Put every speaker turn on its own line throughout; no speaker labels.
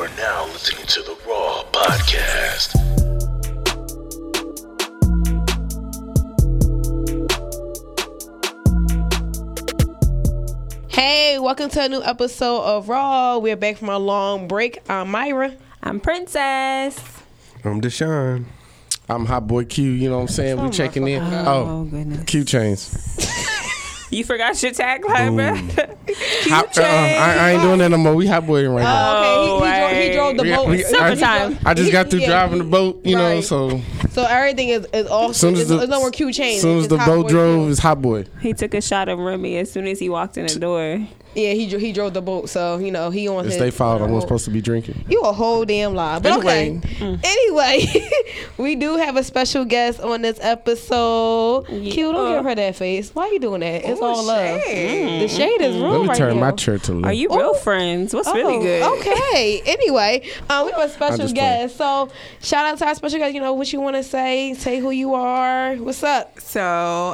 listening to the Raw Podcast.
Hey, welcome to a new episode of Raw. We're back from a long break. I'm Myra.
I'm Princess.
I'm Deshaun.
I'm Hot Boy Q. You know what I'm saying? We checking in. Oh,
goodness.
Q chains.
You forgot your tagline, bro.
Hot- uh-uh, I, I ain't doing that no more. We Hot Boy right now.
Oh,
okay, he, he, drove, he drove the
We-
boat.
we-
Summertime.
I just got through
Yeah.
driving the boat. You know,
Right.
so
So everything is, is all.
soon as
it's,
the
it's nowhere Q change.
soon as
It's
the
Hot
boat
Boy
drove,
Q.
it's Hot Boy.
He took a shot of Remy as soon as he walked in the door.
Yeah, he dro- he drove the boat. So you know he on
It's
his.
they fouled. I
on
wasn't
the boat.
supposed to be drinking.
You a whole damn lie. But
Anyway.
okay.
Mm.
Anyway, we do have a special guest on this episode. Q, don't give her that face. Why you doing that?
Oh,
It's all love. The shade is real
Mm. Let me
right
turn
now.
my chair to
Are
the
you real friends? What's really
Oh,
good?
Okay. anyway, um, we have a special
just playing.
guest. So shout out to our special guest. You know what you want to say. Say who you are. What's up?
So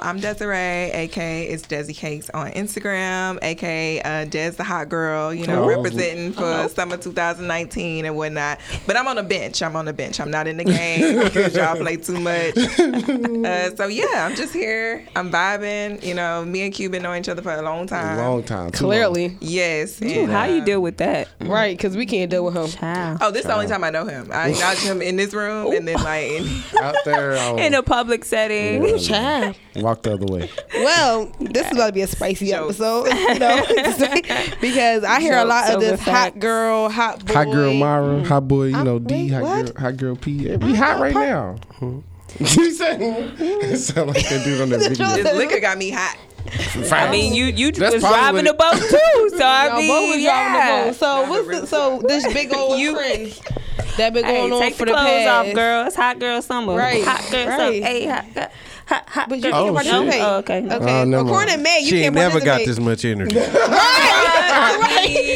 I'm Desiree, aka it's Desi Cakes on Instagram, aka uh, Des the Hot Girl, you know,
Oh.
representing for summer 2019 and whatnot. But I'm on the bench. I'm on the bench. I'm not in the game because y'all play too much. Uh, so yeah, I'm just here. I'm vibing. You know, me and Q been knowing each other for a long time.
long time. too long.
Clearly,
Yes.
Ooh,
and,
How you
uh,
deal with that?
Mm-hmm.
right? Because we can't deal with him.
How?
Oh, this is the only time I know him. I acknowledge him in this room and then like in-
out there.
Oh.
I
In a public setting.
Child.
walk the other way.
Well, this is about to be a spicy
Jokes.
episode, you know, because I hear a lot of
Jokes over
this hot
facts.
girl, hot boy. Mm.
Hot girl Myra, hot boy, you know D,
wait,
hot
what?
girl, hot girl P. Yeah, We hot right now. You said
Mm.
it sound like that dude on that video.
this liquor got me hot.
I mean, you you
That's
was
probably
driving the
what
boat too, so I
Y'all
mean,
both was
yeah.
driving the boat. So what's the, so this big old you, trend that been
Hey,
going on
take
for
the
the
clothes
past?
off, girl. It's hot girl summer.
Right,
Hot girl
right.
summer. Hey, hot girl. Hot, hot
But you
girl.
can't
Oh, shit.
participate.
Oh, okay.
Okay.
Oh, never
According to
mind.
May, you
She
can't
ain't never got
participate.
this much energy.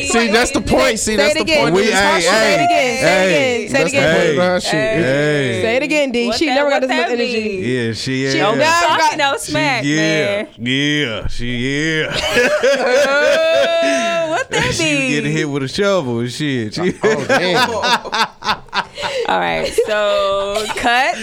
See, that's the point. See,
Say
that's
it
the
again.
point.
We-
of this
hey,
hot shit.
Say it again. Say it
Hey,
again. Say it
that's the
again.
point about shit.
hey,
Say it again, D.
What
She
that-
never got
what
this much
that mean?
energy.
yeah, she is.
don't
yeah.
got-
Talking
Right.
no smack,
yeah,
man.
yeah, she yeah.
Oh, what that
she
mean?
getting hit with a shovel and shit. She,
Oh, damn.
All right, so cut.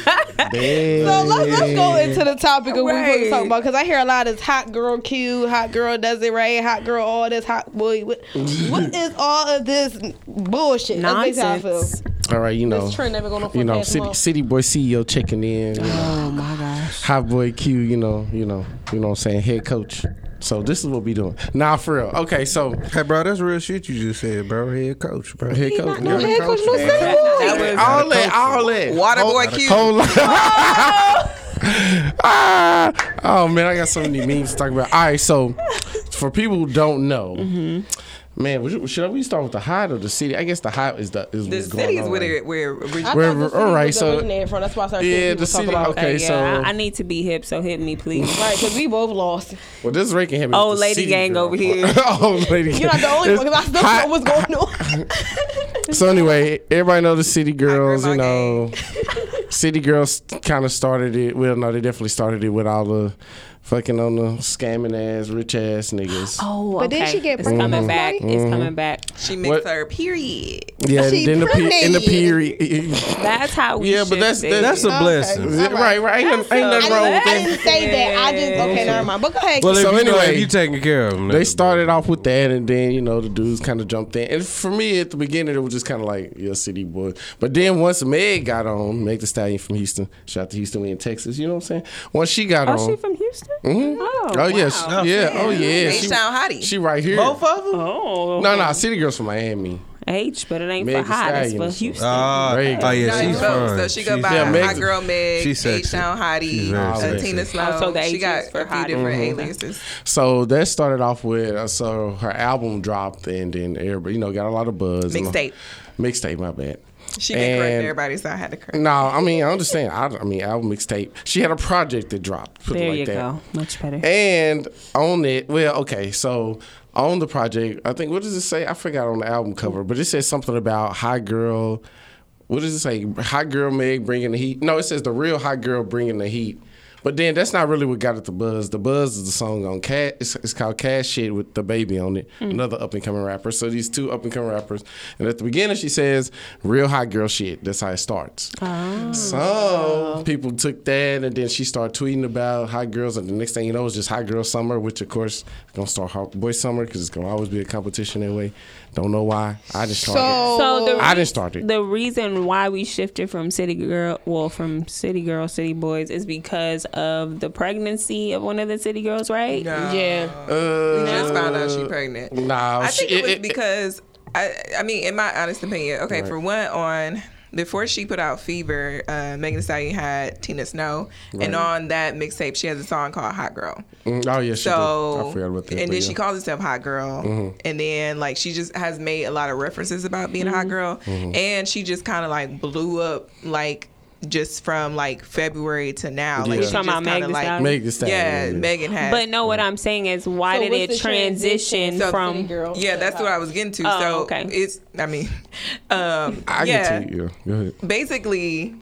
So let's, let's go into the topic of what we were
Right.
talking about because I hear a lot of this hot girl Q, hot girl Desiree, hot girl all this hot boy. What, what is all of this bullshit? That's basically how I feel.
Nonsense.
All right, you know,
This trend that been going on for
Oh. you
the
know,
past
city,
month.
city boy CEO checking in. You know,
Oh my gosh.
hot boy Q. You know, you know, you know. what I'm saying head coach. So this is what we doing. Nah, for real. Okay, so
hey, bro, that's real shit you just said, bro. Head coach, bro.
head coach.
No head coach, no
man.
city boy.
That was, uh,
all that, all that.
Water
Whole-
boy Q.
Whole lot. ah, oh man, I got so many memes to talk about. All right, so for people who don't know, man, we should, should we start with the hot or the city? I guess the hot is the is
The
what's going
city's
on
where
right
it
I
where originally
thought the
Wherever-
city
alright,
was
so-
originated from. That's why I started
Yeah,
seeing
the
people talk
city-
about
okay,
it.
yeah,
so-
I, I need to be hip, so hit me, please.
Right, because we both lost.
Well, this Ray can hit me.
Old
with the
lady
city
gang
girl
over
part.
here.
old lady gang.
You're not the only
It's
one because I still
hot.
know what's going on.
So anyway, everybody know the city girls.
grandma
You know, city girls kind of started it. Well, no, they definitely started it with all the fucking on the scamming ass, rich ass niggas.
Oh,
But didn't she get
It's
pregnant
coming
with
back.
somebody?
Mm-hmm.
It's coming back.
she mixed
What?
her period.
yeah,
she
then the pe- in the
pregnant.
period.
That's how we.
Yeah, but that's-
shifted.
That's a
Okay.
blessing.
All
right, right. Ain't, ain't nothing wrong
I
with
didn't
that.
say that. I just okay, never mind. But go ahead.
Well,
Q.
if
So
you know,
anyway,
if you taking care of them.
They started off with that, and then you know the dudes kind of jumped in. And for me, at the beginning, it was just kind of like, "Yeah, city boy." But then once Meg got on, Meg the Stallion from Houston, shout out to Houston, we in Texas. You know what I'm saying? Once she got
Oh,
on,
she from Houston?
Mhm.
Oh,
Oh, yeah, she-
wow.
yeah, oh yeah.
H Town Hottie.
she right here.
both of them.
Oh,
No, no, City Girls from Miami.
H, but it ain't
Meg
for
Thee
hot. It's for
Stallion.
Houston.
Ah,
There you go.
oh yeah, she's
so,
fine.
so she go
She's
by
Yeah,
Hot
Meg's-
Girl Meg,
she's sexy.
H Town
She's
Hottie,
very
uh,
sexy.
Tina Sloan.
Oh, so the
she
H
got
is for
a few
hottie.
different aliases.
So that started off with uh, so her album dropped, and then everybody, you know, got a lot of buzz. And-
Mixtape.
Mixtape, my bad.
She been correcting
And-
everybody, so I had to correct.
No, I mean I understand. I, I mean album mixtape. She had a project that dropped. Put
There
it like
you
that.
go. Much better.
And on it, well, okay, so on the project, I think what does it say? I forgot on the album cover, but it says something about hot girl. What does it say? Hot girl Meg bringing the heat. No, it says the real hot girl bringing the heat But then that's not really what got it the buzz. The buzz is the song on Cash. It's, it's called Cash Shit with the baby on it. Another up and coming rapper. So these two up and coming rappers. And at the beginning she says, "Real hot girl shit." That's how it starts.
Mm-hmm.
So people took that, and then she started tweeting about hot girls, and the next thing you know, it's just hot girl summer, which of course is gonna start hot boy summer because it's gonna always be a competition that way. Don't know why. I just started.
So the
I didn't start it.
The reason why we shifted from city girl, well, from city girl, city boys, is because of the pregnancy of one of the city girls, right?
No.
yeah.
Uh,
We just found out she's pregnant.
Nah,
I think
she-
it was
it- it-
because I, I mean, in my honest opinion, okay, for one, on before she put out Fever, uh, Megan Thee Stallion had Tina Snow, and on that mixtape, she has a song called Hot Girl.
Mm, Oh yeah, she
So,
did. I forgot about that.
and
but
then
yeah.
she calls herself Hot Girl,
Mm-hmm.
and then like she just has made a lot of references about being a
Mm-hmm.
hot girl,
Mm-hmm.
and she just kind of like blew up like just from like February to now. Like
You
she
talking
just
about Meg
kinda,
Thee
like-
Stallion?
Meg Thee Stallion,
Yeah,
yeah.
Megan has.
But no, what I'm saying is, why
So
did
what's
it
the
transition
transition to
from?
city girl?
Yeah, that's what I was getting to.
Oh,
so
okay.
it's, I mean, um,
I
yeah,
get to you. Go ahead.
basically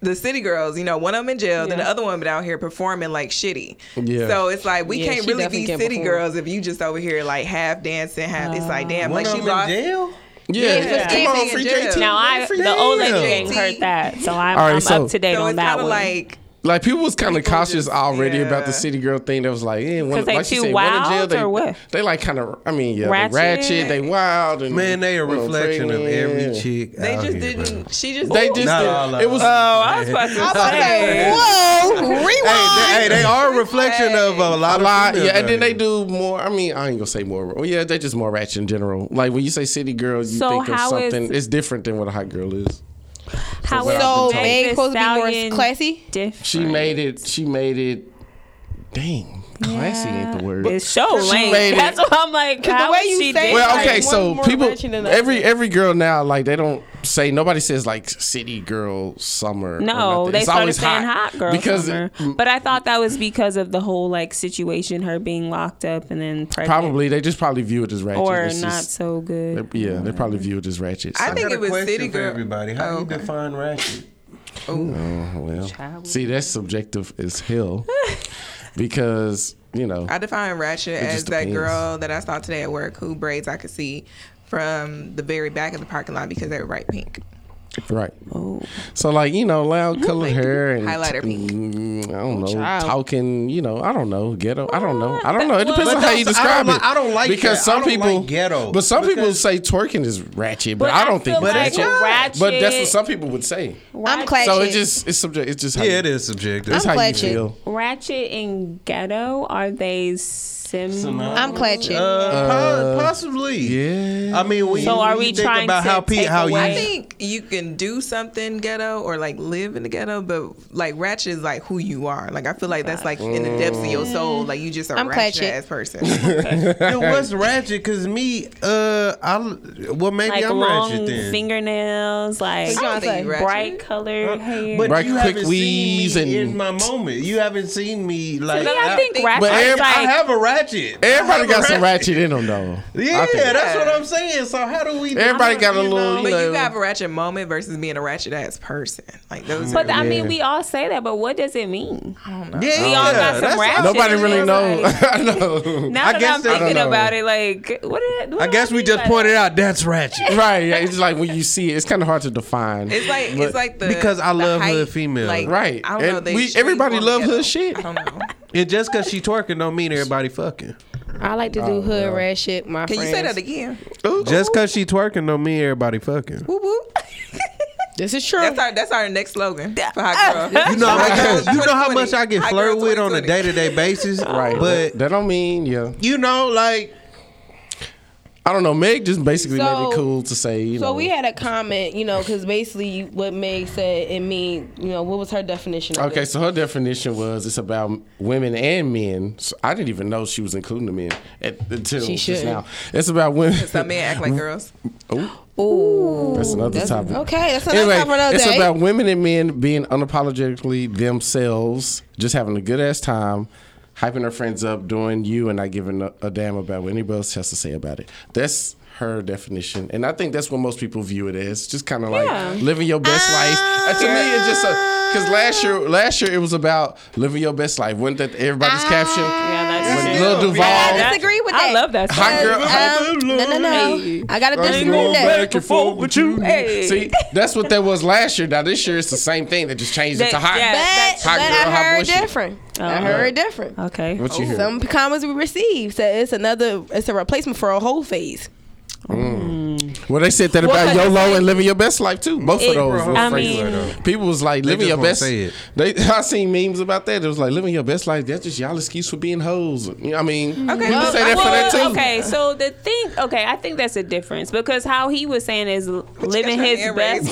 the city girls, you know, one of them in jail, then the other one been out here performing like shitty.
Yeah.
So it's like we
Yeah,
can't
she
really
definitely
be
can't
city
perform.
girls if you just over here like half dancing, half. it's like damn, like she lost.
jail?
Yeah,
Yeah.
come on,
Yeah.
free
Yeah.
JT.
Now I,
For
the old lady
real.
gang heard that, so I'm,
All right,
I'm
so-
up to date
So
on
it's
that
kind of
one.
like
Like people was kind of cautious
just-
already
yeah.
about the city girl thing. That was like, eh, one,
'Cause they
like she
too
said, one in jail,
wild
they,
or what?
they like kind of. I mean, yeah,
Ratchet?
ratchet. ratchet, they wild, and
Man, they a
you know,
reflection of every
pregnant.
chick.
they
out
just
here,
didn't.
bro.
She just.
They just
Not
did-
all of
it was.
them.
oh, I was about to say.
Whoa,
Hey, they, hey, they are a reflection of a lot
a
of
lot,
females
yeah, and
out
then they
here.
do more. I mean, I ain't gonna say more. Well, yeah, they just more ratchet in general. Like when you say city girl, you
So
think of
how is-
something. it's different than what a hot girl is.
How is
So
Meg
Meg
Thee
supposed to be more
Stallion
classy.
Different.
She made it. She made it. Dang, classy ain't the word.
It's so
She made
lame.
it-
That's what I'm like. How
way
is
you
she
say it,
different?
Well,
like,
okay,
one
so
more
people
version than us.
every every girl now like they don't say nobody says like city girl summer. or
No,
nothing.
they
It's
started
always
saying hot, girl
because
summer.
mm,
but I thought that was because of the whole like situation, her being locked up and then pregnant,
probably they just probably view it as ratchet.
or
It's
not
just-
so good.
they- yeah, they probably view it as ratchet.
I
So,
think
got a
it was
question
city
for
girl.
everybody. How
Oh,
do
okay.
you define ratchet?
oh, well, see that's subjective as hell because you know
I define ratchet as
just
that
depends.
girl that I saw today at work who braids I could see from the very back of the parking lot because they were bright pink.
right.
Oh.
So like you know loud colored hair and
Highlighter pink.
mm, I
Oh,
don't know
child.
talking. You know I don't know ghetto. I don't know. I don't know. It depends
But
on how you
that's- I
describe
don't
it.
li- I don't like
because
that.
some
I don't
people
like ghetto.
But some people
Because-
say twerking is ratchet, but, I don't think
feel like
ratchet.
ratchet-
But that's what some people would say.
I'm classy.
So it just it's subject. It's just how
Yeah, it
you,
is subjective.
It's how you
ratchet.
feel.
Ratchet and ghetto are they similar?
I'm clutching.
Uh, po- possibly.
Yeah.
I mean, when
So
you,
are
you
we
think
trying
about
to
how pe-
take
how
away-
I
you
think you can do something ghetto or like live in the ghetto, but like ratchet is like who you are. Like I feel like that's like in the depths of your soul. Like you just a
I'm
ratchet
Cratchit.
ass person.
Yo, what's ratchet? Cause me, uh, I well maybe
like
I'm
long
ratchet then.
fingernails, like
What you
I don't think you ratchet.
bright colored hair.
But
Right,
you
quick
haven't seen
wheeze
me
and-
in my moment. You haven't seen me like.
me, I think ratchet
But
is
every-
I
like
have a ratchet.
Everybody
I have
got
a
some ratchet in them though.
Yeah,
I think.
that's what I'm saying. So how do we?
Everybody got a
you
little,
know?
but you
know.
have a ratchet moment versus being a ratchet ass person. Like
Mm.
those.
But
are,
I mean,
Yeah.
we all say that, but what does it mean?
Yeah,
We all got some ratchet.
Nobody
in
really
us,
knows.
like-
I know.
Now
I
that
guess
I'm
they- I don't
thinking
know.
about it, like what? do- what
I
do
guess we
mean
just
by
pointed
that?
out that's ratchet.
Right. Yeah, it's like when you see it, it's kind of hard to define.
it's like
But-
it's like the
because I
the
love
height,
hood females.
Right.
I don't know.
And
They
we-
street
everybody
on
love hood
ghetto.
shit.
I don't know.
And just because she twerking don't mean everybody fucking.
I like to do
Oh,
hood rat shit, my
Can
friends.
you say that again?
Just because she twerking don't mean everybody fucking.
Woo woo.
This is true.
That's our that's our next slogan for hot girl.
You know, how, you know how much
2020.
I get
Hot
flirted
girl
with on a
2020.
day to day basis,
Right.
But
that don't mean yeah.
you know, like
I don't know. Meg just basically made
So-
it cool to say, you know.
So we had a comment, you know, because basically what Meg said it mean, you know, what was her definition? Of
Okay,
it?
so her definition was it's about women and men. So I didn't even know she was including the men at, until
She
just
should.
now. It's about women.
Some men act like girls.
That's another topic.
okay, that's another
Anyway,
time for another
it's
day.
about women and men being unapologetically themselves, just having a good ass time, hyping their friends up, doing you, and not giving a, a damn about what anybody else has to say about it. That's her definition, and I think that's what most people view it as. Just kind of like
Yeah. Ah,
living your best life. Uh, to me, it's just a because last year, last year it was about living your best life. Wasn't that everybody's caption?
Ah. Yeah, that's
When
true.
Lil Duval,
Yeah,
I
that-
disagree with
I
that.
love that.
Hot
song.
girl-
Um, no, no, no. I gotta
ain't
disagree
going
with that.
back and forth with Oh, you.
Oh, Hey.
See, that's what that was last year. Now this year it's the same thing. They just changed it to
That-
hot.
yeah.
But,
That's
but
hot girl,
I
hot
heard
boy shit.
different. I heard different.
Okay.
What you hear?
Some comments we received said it's another, it's a replacement for a whole phase.
Well, they said that about
What?
YOLO and living your best life too. Both
It-
of those. were
I
phrases.
mean-
people was like living
just
your
wanna
best.
say it.
They, I seen memes about that. It was like living your best life. That's just y'all excuse for being hoes. You know what I mean, okay. people
Well,
say that for that
Well,
too.
Okay, so the thing, okay, I think that's a difference because how he was saying is living his best,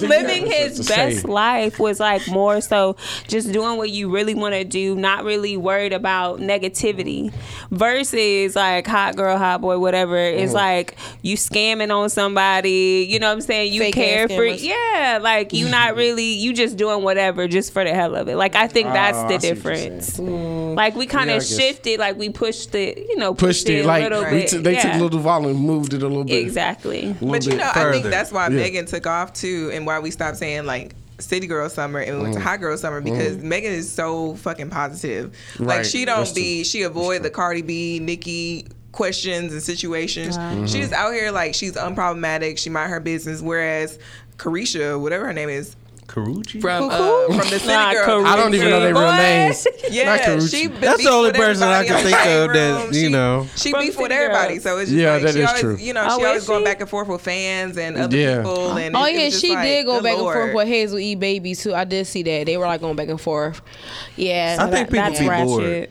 living
to
his
say.
best life was like more so just doing what you really want to do, not really worried about negativity. Versus like hot girl, hot boy, whatever. It's
Mm-hmm.
like you scamming on somebody. You know what I'm saying? You
Fake ass
care for
scammers.
yeah, like you not really you just doing whatever just for the hell of it. Like I think that's
Mm-hmm. Ah,
the
I see what you're
difference. Like we kind
Yeah, I
of
guess.
shifted, like we pushed it, you know,
Pushed it like
a little
we
bit.
took- they
yeah.
took a little Duval and moved it a little bit.
exactly.
A little
But you
bit
know, I think
further.
that's why
Yeah.
Megan took off too, and why we stopped saying like city girl summer and we
Mm.
went to hot girl summer because Megan is so fucking positive. Like
Right.
she don't
That's
be
true.
she avoid the Cardi B, Nicki questions and situations. She's out here like she's unproblematic. She mind her business. Whereas Carisha, whatever her name is,
Karuchi?
from uh, from the city
Nah,
girl.
Carisha.
I don't even know their real
Boy.
names. Not
Yeah,
Karrueche.
she be-
That's the
beef
only
with
person I
everybody
can
on the
think of
playroom.
that, you
She-
know.
she
From
beef
City
with everybody.
Girls.
So it's just
Yeah,
like
that
she
is
always,
true.
you know,
Oh,
she always
is
going
she?
back and forth with fans and other
Yeah.
people. And
Oh
it- it
yeah,
was just
she
like,
did go
good
back
Lord.
and forth with Hazel E. Baby too. I did see that they were like going back and forth. Yeah,
I think people
That's
be
ratchet.
bored.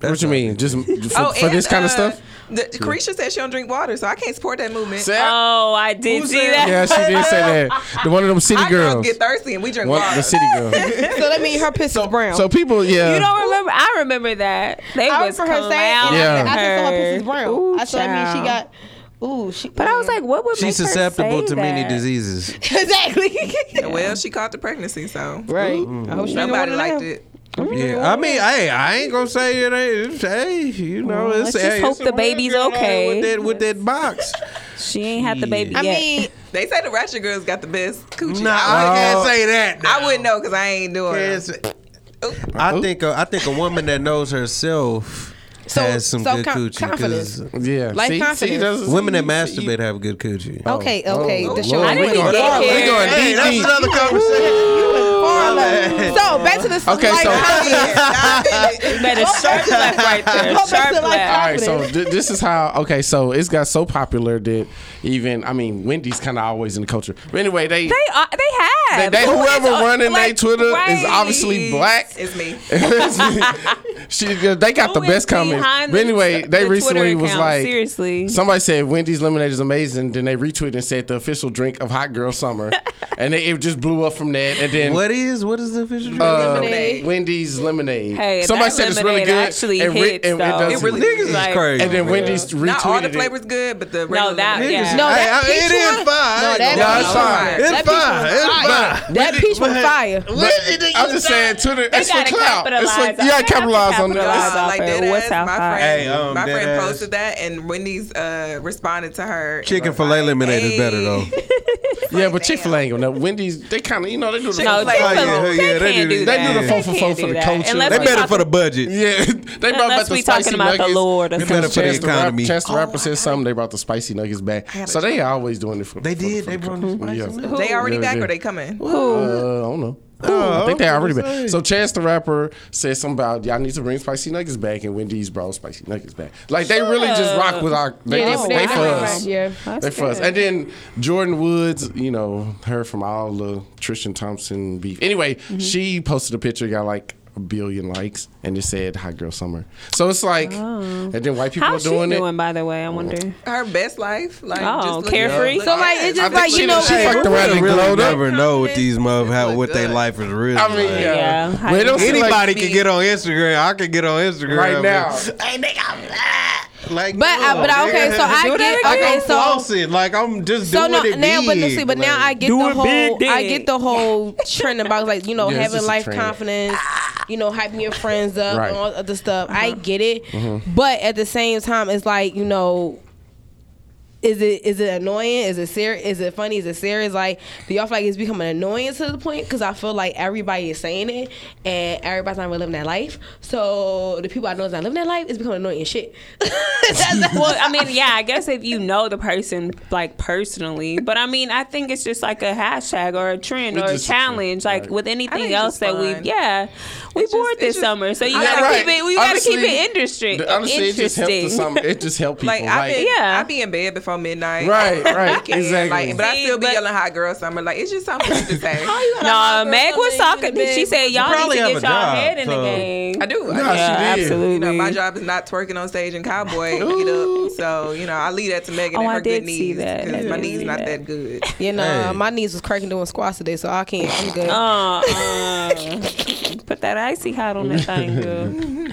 What you mean? Just for,
Oh,
for
and,
this kind
uh,
of stuff?
The, Carisha said she don't drink water, so I can't support that movement.
Oh, I did see that.
yeah, she did say that. The one of them city
Our girls.
girls.
get thirsty and we drink
One-
water.
the city girl.
so that means her piss is brown.
So people, yeah.
You don't remember? I remember that. They
I
was
remember her saying,
clowning
Yeah.
I, said- I said, saw her piss is
her.
brown.
Ooh,
I saw. I mean, she
child.
got. Ooh, she.
But I was like, what would make
She's
her
susceptible
say
to many
that?
diseases.
exactly.
Well, she caught the pregnancy, so
right. I hope she didn't
nobody
wanna
liked
know.
it.
Yeah, I mean, hey, I ain't gonna say it ain't. it's- Hey, you know,
Well,
it's,
let's just
hey,
hope
it's
the
a
baby's
world going on
okay.
with that with that box.
She ain't had the baby
Shit.
I
yet.
mean,
They say the ratchet girls got the best coochie.
nah,
I,
I can't say that.
wouldn't- I wouldn't know because I ain't doing
Can't
it.
say- I think a, I think a woman that knows herself
So-
has some
so
good
com-
coochie
confidence.
because
Yeah.
Like
see, see,
confidence.
that's-
women that
see,
masturbate have good coochie.
okay, okay. the
oh, Lord.
show.
I
is
didn't
winning.
even
get
we
here.
going
Hey,
deep,
that's
deep.
another conversation.
Far
man.
left. So back to the
Okay,
like,
so-
Stop it.
better sharp left right there.
Go back
Sharp
to, like,
All
left.
right, so th- this is how. Okay, so it's got so popular that even I mean, Wendy's kind of always in the culture. But anyway, they.
They are. They
they,
have.
they-
Who is
whoever
on-
running their
like,
Twitter is
right.
obviously black.
It's me.
she, they got the
Who is
best comments.
behind
But
the-
anyway,
the
they
Twitter
recently was
account?
like,
Seriously.
Somebody said Wendy's lemonade is amazing. Then they retweeted and said the official drink of hot girl summer, and they, it just blew up from that. And then
What is what is the official drink?
uh,
Lemonade.
Wendy's lemonade.
Hey,
Somebody
that
said it's really
lemonade
good.
actually
and Wen-
hits,
and it
though.
does
It
really
hit.
niggas is
like-
crazy.
And then
man.
Wendy's retweeted
Not all the
it.
flavors good, but the
No,
regular
that
lemonade.
yeah.
No,
Hey,
that
I- it
peach
is
one- No,
fine.
that
Nah,
peach one
it's fine.
fire.
It's
That peach
fine.
one
It's
fire.
fine.
That peach was
But-
fire.
But I'm just saying, Twitter.
They
It's for
gotta
clout.
capitalize
It's like
on-
you
they
gotta
have to
capitalize on
capitalize
this.
on-
God,
What's
like
up,
that
Fred?
ass,
What's up,
my
Fred?
friend,
Hey, um,
my
that
friend
ass.
posted that, and Wendy's uh, responded to her. and
Chicken
was
filet
like,
lemonade is better
"Hey."
though.
Yeah, but Chick Fil A ain't gonna. Wendy's, they kind of, you know, they do the.
No,
Oh,
they,
yeah,
yeah,
they,
yeah, they
can't
do
do
that.
that.
They do the
fo- fo- fo
can't
for the
do that.
culture.
Unless
They
we
better
talk-
for the budget.
Yeah, they brought
Unless
back the
we talking
spicy
about the
nuggets.
Lord Oh, or
Because
something. Better for
Chance
the
the Rap-
economy.
Chance the rapper said something. They brought the spicy nuggets back.
gotta
So they always doing it for.
They
for-
did?
for
They brought the spicy
yeah.
nuggets?
Oh,
They already
Yeah,
back
did.
or they coming?
Uh, I don't know.
Oh,
I think they
I was
already
gonna
back.
say.
So Chance the rapper said something about y'all need to bring spicy nuggets back, and Wendy's brought spicy nuggets back. Like they really just rock with our. They,
Yeah,
just,
they-
they,
they
for
rock,
us.
right? Yeah.
They for us. And then Jordan Woods, you know, her from all the Trishan Thompson beef. Anyway, she posted a picture, got like a billion likes, and it said "Hot Girl Summer." So it's like, and then white people
How's
are
she
doing
doing,
it.
by the way? I wonder.
Her best life, like
Oh,
just
carefree?
So like it's just
I think
like
she-
you know.
she fucked
We
around and
really
glowed up.
never know what these mother how
look
what their
good.
life is really.
I mean,
like.
yeah.
Yeah,
But it don't seem like-
Anybody can get on Instagram. I can get on Instagram
Right now.
and- Hey, nigga, I'm- like,
But I- but I- okay, so I
Do that
get-
like
okay,
I'm
so-
flossing. like I'm just
So
doing
no,
it
now but
big,
no, see, but now
like-
I get
Do
the
it big,
whole
dig.
I get the whole trend about like you know
Yeah, it's
having
just a
life
trend.
confidence, you know hyping your friends up
Right. Mm-hmm.
and all
Uh-huh.
other stuff. I get it, but at the same time, it's like you know. is it is it annoying? Is it serious? Is it funny? Is it serious? Like, do y'all feel like it's becoming annoying to the point? Because I feel like everybody is saying it, and everybody's not really living that life. So the people I know is not living that life. It's becoming annoying as shit. That's- that's-
well, I mean, yeah, I guess if you know the person like personally, but I mean, I think it's just like a hashtag or a trend or a
just a
challenge,
trend,
like
right.
with anything
think
else
it's
that we,
fun.
yeah, we
It's
bored
just-
this
it's just-
summer, so you
I
gotta
like-
keep it, you gotta keep it industry,
Honestly, it just helped
interesting.
the summer. It just helped people.
Like,
Like,
I be,
Yeah.
I be in bed before midnight.
right, right,
Yeah,
exactly.
Like, but I
See,
still be
but-
yelling hot girl summer. Like it's just something to say.
No, Meg was talking. She said y'all need
probably
to
have
get y'all
a job,
head in the
so-
game.
I do.
Nah,
I do.
she
Yeah,
did.
absolutely.
You know, my job is not twerking on stage and cowboy. get up. So, you know, I leave that to Megan
Oh,
and
I
her
did
good
see
knees.
that. I
Because my
did
knees
see
not
that.
that good.
you know,
Hey.
my knees was cracking doing squats today, so I can't. I'm good.
Oh.
Uh, uh, put that icy hot on that thing, girl.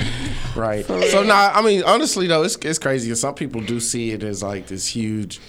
Right. So now, I mean, honestly though, it's it's crazy 'cause some people do see it as like this huge,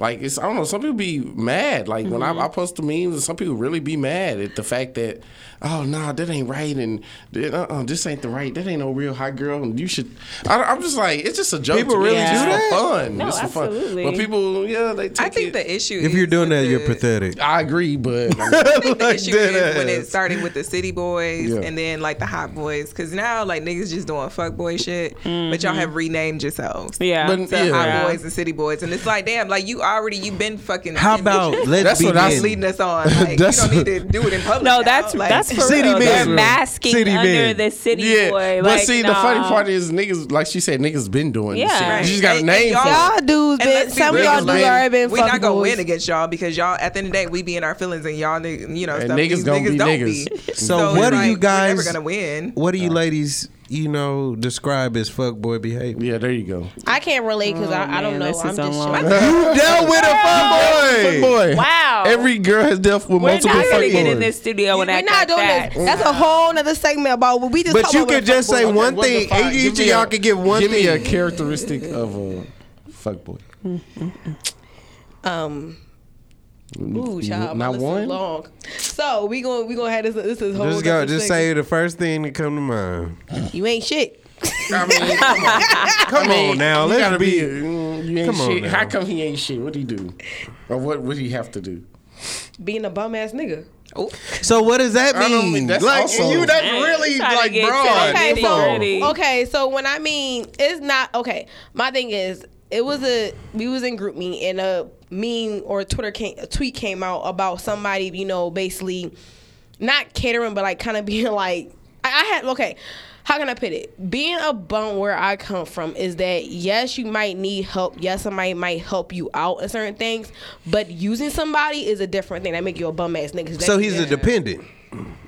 like it's I don't know. Some people be mad. Like when
Mm-hmm.
I, I post the memes, some people really be mad at the fact that, oh no, that ain't right, and uh, uh this ain't the right. That ain't no real hot girl, and you should. I, I'm just like, it's just a joke.
People
to me.
really
It's
do
just
that?
for fun.
No,
it's for
absolutely.
Fun. But people, yeah, they. Take
I think
it-
the issue
If you're
is
doing
with
that, you're
the-
pathetic.
I agree, but
I think the
Like
issue
dead
is when
ass.
it started with the city boys
Yeah.
and then like the hot boys, because now like niggas just doing fuck boy shit, but
Mm-hmm.
y'all have renamed yourselves.
Yeah.
But-
To
Yeah.
hot boys and city boys, and it's like, damn, like you already you been fucking.
How about let's
That's
be
what I
men.
sleep-
leading us on? Like, you
That's-
don't need to do it in public.
no,
now.
that's
Like,
that's for
City
real. They're
men.
masking
City
under
men.
the city boy.
but
Like,
see, the funny
nah.
part is niggas, like she said, niggas been doing. this
Yeah.
shit.
Right.
you just got a
And-
name
and
for it.
Y'all dudes,
And
been,
let's be
some of
real,
y'all dudes
man.
already been
we not
fuck
gonna
boys.
win against y'all because y'all at the end of the day we be in our feelings and y'all ni- you know
And
stuff
niggas
these
gonna
niggas
be
don't
niggas.
be.
So
it's
what do you
like, we're
guys-
never gonna win?
What do you ladies, you know, describe as fuckboy behavior?
Yeah, there you go.
I can't relate
Oh,
because I, I
man,
don't know.
this is
I'm
so
just.
long.
shit.
You dealt with a fuckboy.
Boy.
Wow.
Every girl has dealt with
We're not
multiple
gonna get in
fuckboys.
this studio and
We're
act
not
like
doing
that.
this. That's a whole nother segment about what we just.
But
talked
you
about
could
with
just
fuck
say
boys.
one thing.
Define-
Each
give
of
me
y'all
a-
could give one
Give
thing.
me a characteristic of a fuckboy.
Um. Ooh, child, my
Not
list is
one?
Long. So we going we gonna have this. This is whole.
Just go.
nother
Just say
segment.
the first thing that come to mind.
you ain't shit.
I mean, come on,
Come on now.
you
Let's
gotta be.
be.
mm, You ain't
Come on
shit.
now.
How come he ain't shit? What he do? Or what would he have to do?
Being a bum ass nigga.
So what does that
I don't mean,
mean?
that's
like
also-
you, that's
Dang,
really
trying to
like
get to
broad.
the
Okay,
nitty gritty.
so okay, so when I mean it's not okay. My thing is it was a we was in group meet and a meme or a Twitter came, a tweet came out about somebody you know basically not catering but like kind of being like I, I had okay. How can I put it? Being a bum where I come from is that yes, you might need help. Yes, somebody might help you out in certain things, but using somebody is a different thing. That make you a bum ass nigga.
So he's a dependent.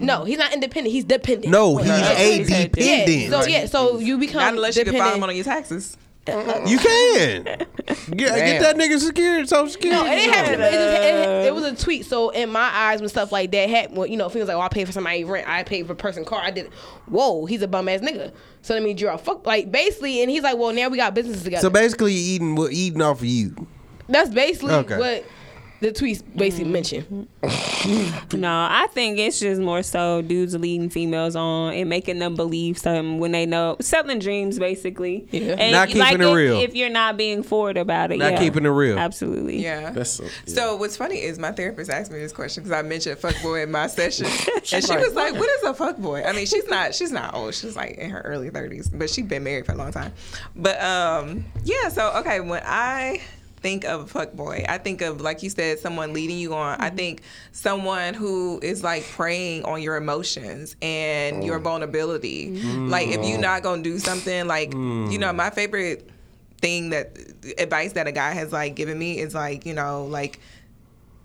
no, he's not independent. He's dependent.
No, he's a
Yeah.
dependent.
So yeah, so you become
Not unless you can
dependent.
file them on your taxes.
You can. Get, get that nigga secured, social security.
It didn't happen. It, just- it- it was a tweet. So in my eyes, when stuff like that happened, well, you know, things like, "Oh, I paid for somebody's rent. I paid for a person's car. I did." Whoa, he's a bum ass nigga. So that means you're a fuck. Like basically, and he's like, "Well, now we got businesses together."
So basically, you eating what eating off of you.
That's basically
Okay.
what the tweets basically mentioned.
No, I think it's just more so dudes leading females on and making them believe something when they know selling dreams, basically.
Yeah.
And
Not keeping
like,
it
if,
real.
If you're not being forward about it,
Not
yeah.
keeping it real.
Absolutely.
Yeah.
That's so.
So what's funny is my therapist asked me this question because I mentioned fuckboy in my session, and she was like, "What is a fuckboy?" I mean, she's not she's not old. She's like in her early thirties, but she's been married for a long time. But um, yeah. So okay, when I think of a fuckboy, I think of like you said, someone leading you on. I think someone who is like preying on your emotions and your vulnerability. Like if you're not gonna do something, like you know, my favorite thing that advice that a guy has like given me is like you know like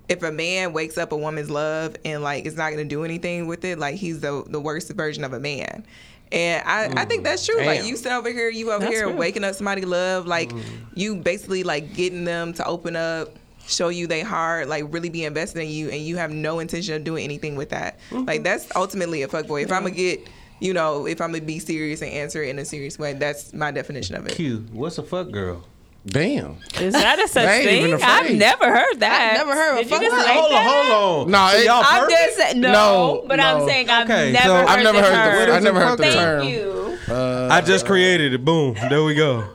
if a man wakes up a woman's love and like is not going to do anything with it like he's the the worst version of a man and I, I think that's true. Like
Damn.
you sit over here, you over
That's
here
real.
waking up somebody love. Like you basically like getting them to open up, show you they heart, like really be invested in you, and you have no intention of doing anything with that. Like that's ultimately a fuckboy. If I'm gonna get, you know, if I'm gonna be serious and answer it in a serious way, that's my definition of it.
Q, what's a fuck girl?
Damn.
Is that a
That
such
ain't
thing?
even a
I've
phrase.
never heard that.
I've never heard of
Did you
fuck-
just make that up?
hold
Nah, it-
I'm just no,
No,
but
no.
I'm saying I've
Okay,
never
so-
heard
I've never
the
heard the.
term.
I never heard the
Thank
term.
you.
I just created it. Boom. There we go.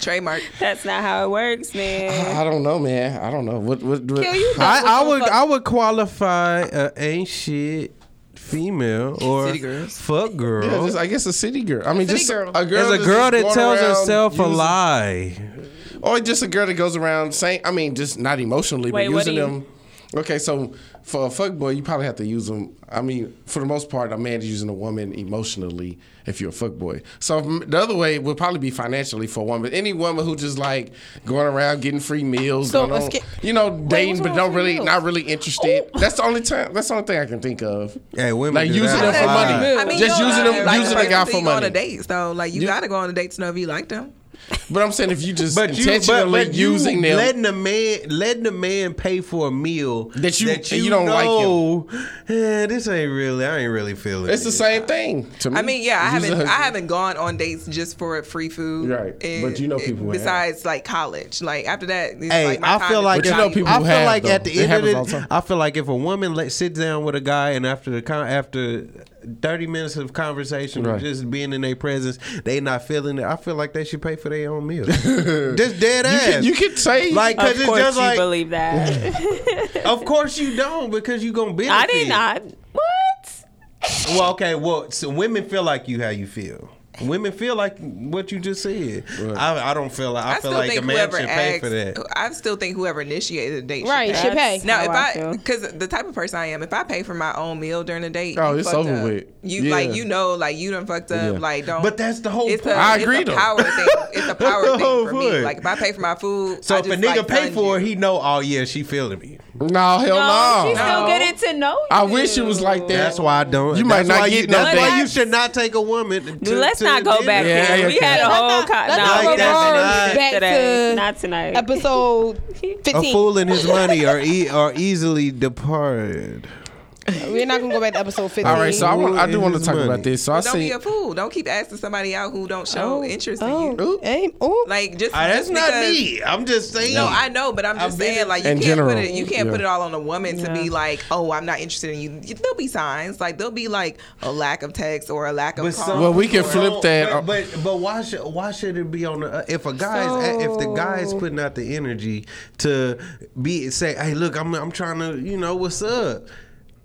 Trademark.
That's not how it works, man.
I don't know, man. I don't know. What? What? what
Kill you.
I, I would
Fuck.
I would qualify a ain't shit female or
City girls.
fuck girl
Yeah, just, I guess a city girl. I mean,
City
just
girl.
a girl.
as a
that's
girl
just
that
going
tells
around
herself a
using-
lie.
or just a girl that goes around saying. I mean, just not emotionally,
Wait,
but
what do
using
you-
them. Okay, so for a fuck boy, you probably have to use them. I mean, for the most part, a man is using a woman emotionally if you're a fuck boy. So if- the other way would probably be financially for a woman. Any woman who just like going around getting free meals,
So,
going on,
esca-
you know, dating
what's
but
wrong
don't
with free
really,
meals?
not really interested. That's the only time. That's the only thing I can think of.
Hey, women
Like
do
using
that
them for
a lot.
money.
I mean,
just
you
using
know,
them,
like,
using a
the
guy
person
for
you go on
money. Mm-hmm.
a date, so like you, gotta go on a date to know if you like them.
But I'm saying if you just
But you, but,
intentionally
but you
using them,
letting the man letting the man pay for a meal
That you- and you don't like him.
like eh, this ain't really. I ain't really feeling.
it's the
it.
same thing. To me,
I mean, yeah, I
Using
haven't
her-
I haven't gone on dates just for free food.
Right. But you know people who have.
besides like college. Like after that, it's
Hey,
like my
I
time
feel
is
like
But you
not
know
even-
people
I feel
have,
like
though.
at
It
the end
happens all
of
the
the,
time.
I feel like if a woman let, sits down with a guy and after the con- after thirty minutes of conversation or
Right.
just being in their presence, they not feeling it. I feel like they should pay for their own meal. just dead
you
ass.
can, you can say
like
Of
because it's
course
just
you
like
believe that.
of course you don't because you gonna benefit.
I did not. What?
Well, okay. Well, so women feel like you how you feel. Women feel like what you just said. I, I don't feel like I,
I
feel
still
like a
think
man
whoever
should pay for that.
asked, I still think whoever initiated the date should
Right,
pay.
should pay. Oh,
That's
Now,
how
if
I
I,
feel.
because the type of person I am, if I pay for my own meal during the date,
Oh,
you
it's
fucked
over
up.
with.
You
Yeah.
like, you know, like you done fucked up.
Yeah.
Like, don't.
But that's the whole
it's
point.
a,
I
it's
agree,
a
though.
power thing. It's a power
The
thing
whole
for me.
point.
Like, if I pay for my food,
Oh, So
I
if a
just,
nigga
like,
pay
fund
for it,
you.
he know. Oh yeah, she feeling me.
no, hell
No,
no.
she's still
No.
getting to know you.
I wish it was like that.
That's why I don't.
You
that's
might not
why
get
you,
no
That's why
date.
you should not take a woman. To,
Let's
to
not go
dinner.
back
Yeah,
there. We
okay.
had a
Let's
whole
not-
con-
let's
no,
not
go
we didn't.
back
to-
Not today. Not tonight.
Episode
A
15.
fool and his money are e- are easily departed.
We're not going to go back to episode 15.
All right, so I, want, I do
Who
want to
is
talk
money?
about this. So I
Don't be
see.
a fool. Don't keep asking somebody out who don't show interest in you.
Oh, hey, oh.
Like, just
Ah, that's
just
not
because-
me. I'm just saying.
No, I know, but I'm just
I've been
saying,
in-
like you
In
can't put
general.
it, you can't
Yeah.
put it all on a woman to
Yeah.
be like, oh, I'm not interested in you. There'll be signs, like there'll be like a lack of text or a lack of.
But
call.
some-
Well, we can
but-
flip that.
But, but but why should why should it be on the if a guy's if the guy's putting out the energy to be say hey look I'm I'm trying to you know what's up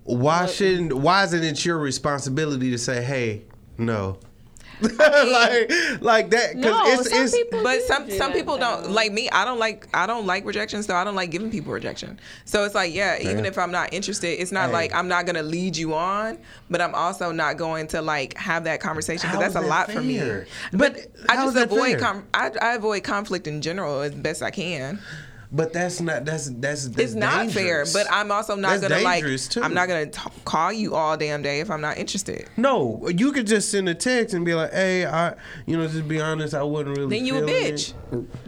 why shouldn't why isn't it your responsibility to say hey no like like that because
No,
it's
some
it's
people
but
do
some
do
some
that,
people
though.
don't like me. I don't like I don't like rejection, so I don't like giving people rejection. So it's like, yeah, even if I'm not interested, it's not
Hey.
like I'm not gonna lead you on, but I'm also not going to like have that conversation
How
because that's a
is that
lot for me.
fair?
But
How
I
is
just
that
avoid
fair?
com- I, I avoid conflict in general as best I can.
but that's not that's that's, that's
it's not
dangerous.
fair. But I'm also not
That's
gonna like.
dangerous, too.
I'm not gonna t- call you all damn day if I'm not interested.
no you could just send a text and be like hey I you know just be honest I wouldn't really
Then you a
feeling it."
bitch.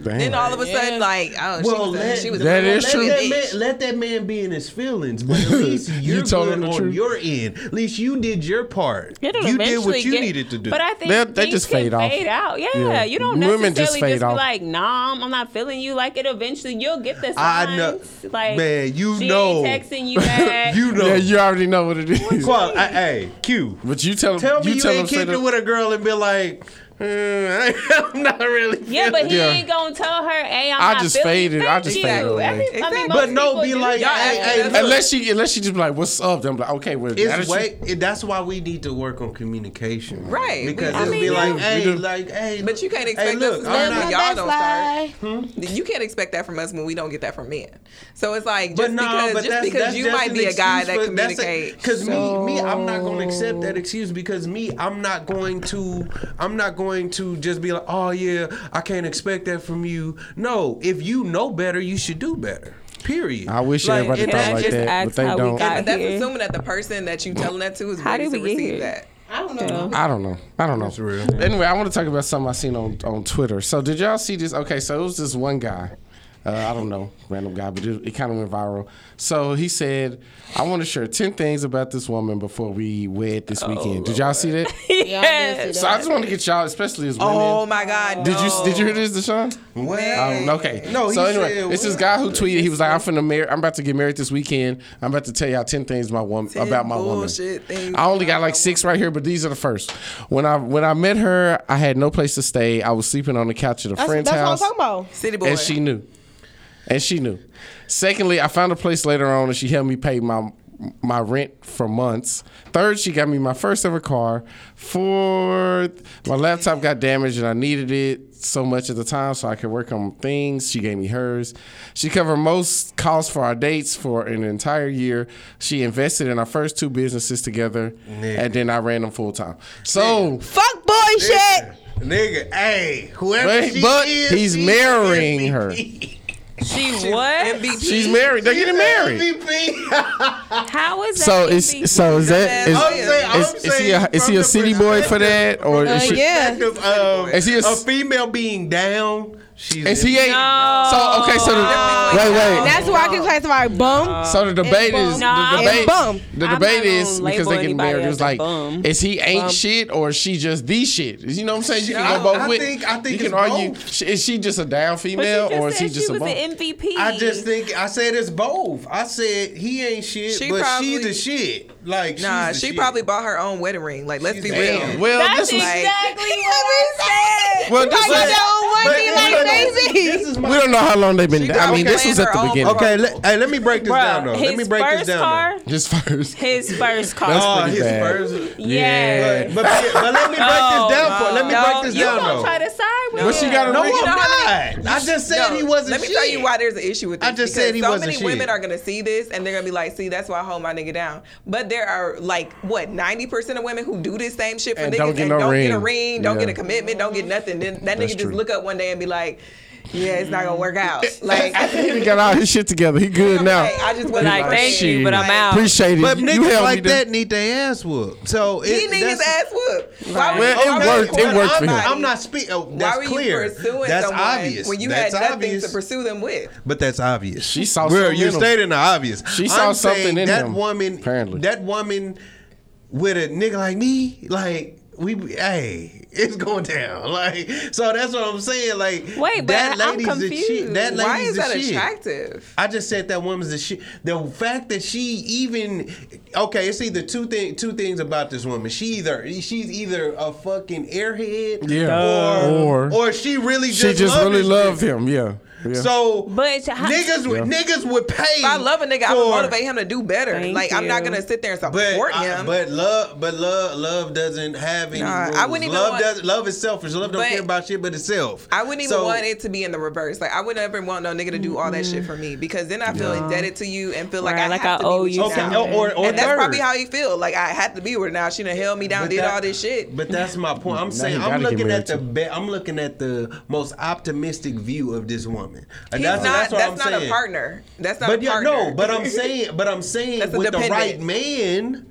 Damn.
Then all of a sudden, like, oh,
Well,
she was, a-
let-
she was.
that
a,
is
let
true.
me
Let
bitch.
that, man, let that man be in his feelings, but at least you're
told
good
him the
on
truth.
your end. At least you did your part.
It'll
You did
eventually
what you
get-
needed to do.
But I think
They-
they
they just
just fade
fade off.
out. Yeah,
Yeah.
you don't
Women
necessarily
just
just,
fade
be
off.
like, nah, I'm, I'm not feeling you. Like it eventually, you'll get the signs.
I know.
Like,
Man, you
she
know.
ain't texting you back.
you know,
Yeah, you already know what it is.
Qual- I- hey, Q.
But you tell,
Tell me you,
you tell
ain't
them
kicked it with a girl and be like, "Mm, I'm not really.
yeah, but he
Yeah.
ain't gonna tell her, hey, I'm
I
not
just
feeling
faded.
you.
I just
Thank you.
faded away.
Every- I mean,
Exactly.
most
But no,
people
be
do
like,
that.
hey, hey, look.
unless she unless she just be like, what's up? Then I'm like, okay, well,
It's
attitude-
way, it- that's why we need to work on communication, man.
Right.
Because
I
it'll
mean,
be like,
we
hey,
do.
like, hey,
But you can't expect
hey, look,
us to
I'm
learn
not-
when y'all don't start. You can't expect that from us when we don't get that from men. So it's like just
But no,
because
but
just
that's,
because
that's
you
just
might
an
be a guy
excuse
that
for-
communicates.
Because me, me, I'm not going to accept that excuse because me, I'm not going to, I'm not going to just be like, oh yeah, I can't expect that from you. No, if you know better, you should do better. Period.
I wish
Like,
everybody
and
thought
that
like
just-
that,
asks
but they
how we
don't.
got-
but that's
here.
assuming that the person that you telling that to is
How
ready
did
to
we get
receive
here?
that.
I don't know.
I don't know. I don't know.
real.
Anyway, I want to talk about something I seen on, on Twitter. So did y'all see this? Okay, so it was this one guy Uh, I don't know, random guy, but it, it kind of went viral. So he said, I want to share 10 things about this woman before we wed this weekend. Did y'all see that?
Yes.
so I just want to get y'all, especially as women.
Oh my God!
Did
no.
you did you hear this, Deshaun? I don't know. Um, Okay.
No, he
so anyway,
said,
it's this
what?
guy who tweeted. He was like, "I'm finna marry. I'm about to get married this weekend. I'm about to tell y'all ten things my woman about my woman.
bullshit things
I only got
about
like
my
six right here, but these are the first. When I when I met her, I had no place to stay. I was sleeping on the couch at a
That's,
friend's
that's what I'm
house,
talking about.
City boy.
and she knew, and she knew. Secondly, I found a place later on, and she helped me pay my my rent for months. Third, she got me my first ever car. Fourth, my laptop got damaged and I needed it so much at the time so I could work on things. She gave me hers. She covered most costs for our dates for an entire year. She invested in our first two businesses together, and then I ran them full time. So,
Fuck boy shit.
Nigga, hey, whoever
But-
she
but
is,
he's
she
marrying
MVP.
her.
She what?
MVP.
she's married. They're getting married.
MVP.
How is that?
So
MVP?
is so is that is,
I'm saying, Oh, I'm
is, is he a, is he
from
a
the
city boy for that or
Uh,
is
Oh,
she,
yeah.
perspective of
Is he a-
um, a female being down? She's
Is he ain't.
No.
So okay, so the, wait, wait.
That's why I can classify bum.
so the debate
bum.
is
No, I'm
the debate.
bum.
The
I'm not
debate
gonna
is because
label
they get
anybody
married.
as
It's
a
like,
bum.
is he ain't shit or is she just the shit? You know what I'm saying? You
I-
can go both
I
ways.
think- I think
you can
it's
argue.
both.
sh- Is she just a down
But you
female
just
or is
said
he just
she
a
was
bum?
an MVP.
I just think I said it's both. I said he ain't shit,
She
but
probably-
she the shit. Like
Nah,
she's the
she
shit.
probably bought her own wedding ring. Like, let's
She's
be
down.
real.
Well, this
That's
is.
like-
exactly what I said.
Well, this
got
is.
that old
But-
onesie
but-
like
but-
crazy.
This is
We
my
don't know how long they've been.
She
I mean,
probably
this was
playing
at
her
the
own
beginning.
part.
Oh, Okay, let, hey, let me break this down though.
Bruh,
Let me
his
break this
first
down.
car.
His first.
His first car.
That's
though. Oh,
pretty
his
bad.
first.
yeah.
But, but, but let me break
Oh,
this down for. Let me
No,
break this
you
down
gonna
though.
try to side with
But she
him.
got a
no,
ring.
I'm
You know how
not. I just said he wasn't.
Let me
shit.
tell you why there's an issue with this.
I
because
just said he
so
wasn't
many
shit.
women are gonna see this and they're gonna be like, "See, that's why I hold my nigga down." But there are like what 90 percent of women who do this same shit for
And
niggas
don't get
and
no
don't get a
ring.
ring, don't
Yeah.
get a commitment, don't get nothing. Then that
That's
nigga
true.
just look up one day and be like, "Yeah, it's not gonna work out." Like,
He done got all his shit together. He good
I'm
now.
like, I just wasn't
Like,
for
thank
shit.
you, but I'm
Like,
out.
Appreciate it.
But
You
niggas
helped me
like
there.
that need their ass whooped. So it,
He need his
that's-
ass whooped.
Right.
would
Well,
you-
it
okay,
worked. It
but
worked for
I'm
him.
not-
I'm not speaking. Oh,
Why
that's
were you
clear.
pursuing
that's
someone
obvious.
when you
that's
had nothing
obvious.
to pursue them with?
But that's obvious.
She saw
Well,
something
you
in him.
stated the obvious.
She saw
I'm saying
something in
that
him,
woman.
apparently.
that woman with a nigga like me, like we, hey, it's going down. Like so, that's what I'm saying. Like
Wait, but
that
I'm
lady's the shit.
confused.
That lady's
Why is
the
that
shit.
attractive?
I just said that woman's the shit. The fact that she even okay, it's either two thing two things about this woman. She either she's either a fucking airhead,
Yeah.
or,
Or-
or she really just
She just
loved
really
this
loved
nigga.
him. Yeah. yeah.
So,
But how-
niggas would niggas would pay.
If I love a nigga, I would motivate him to do better.
Thank
like I'm not
you.
gonna sit there and
But,
support
I-
him.
but love, but love, love doesn't have any.
Nah, I
rules.
wouldn't even
Love
want-
doesn't. Love is selfish. Love don't
But-
care about shit but itself.
I wouldn't even
So-
want it to be in the reverse. Like I would never want no nigga to do all that
Mm-hmm.
shit for me because then I feel indebted to you and feel like
Right,
I
like
have
I
to be
owe
with
you
now.
Okay, or, or, or
and that's
third.
probably how you feel. Like I had to be with her now. She done held me down,
But
did
that-
all this shit.
But that's my point. I'm saying
he
I'm
gotta get
looking
married
at the
to-
be, I'm looking at the most optimistic view of this woman. And
He's not. That's,
what I'm
not
saying.
a partner. That's not
But
a
yeah,
partner.
no. But I'm saying, but I'm saying
That's a
with the
dependent.
right man.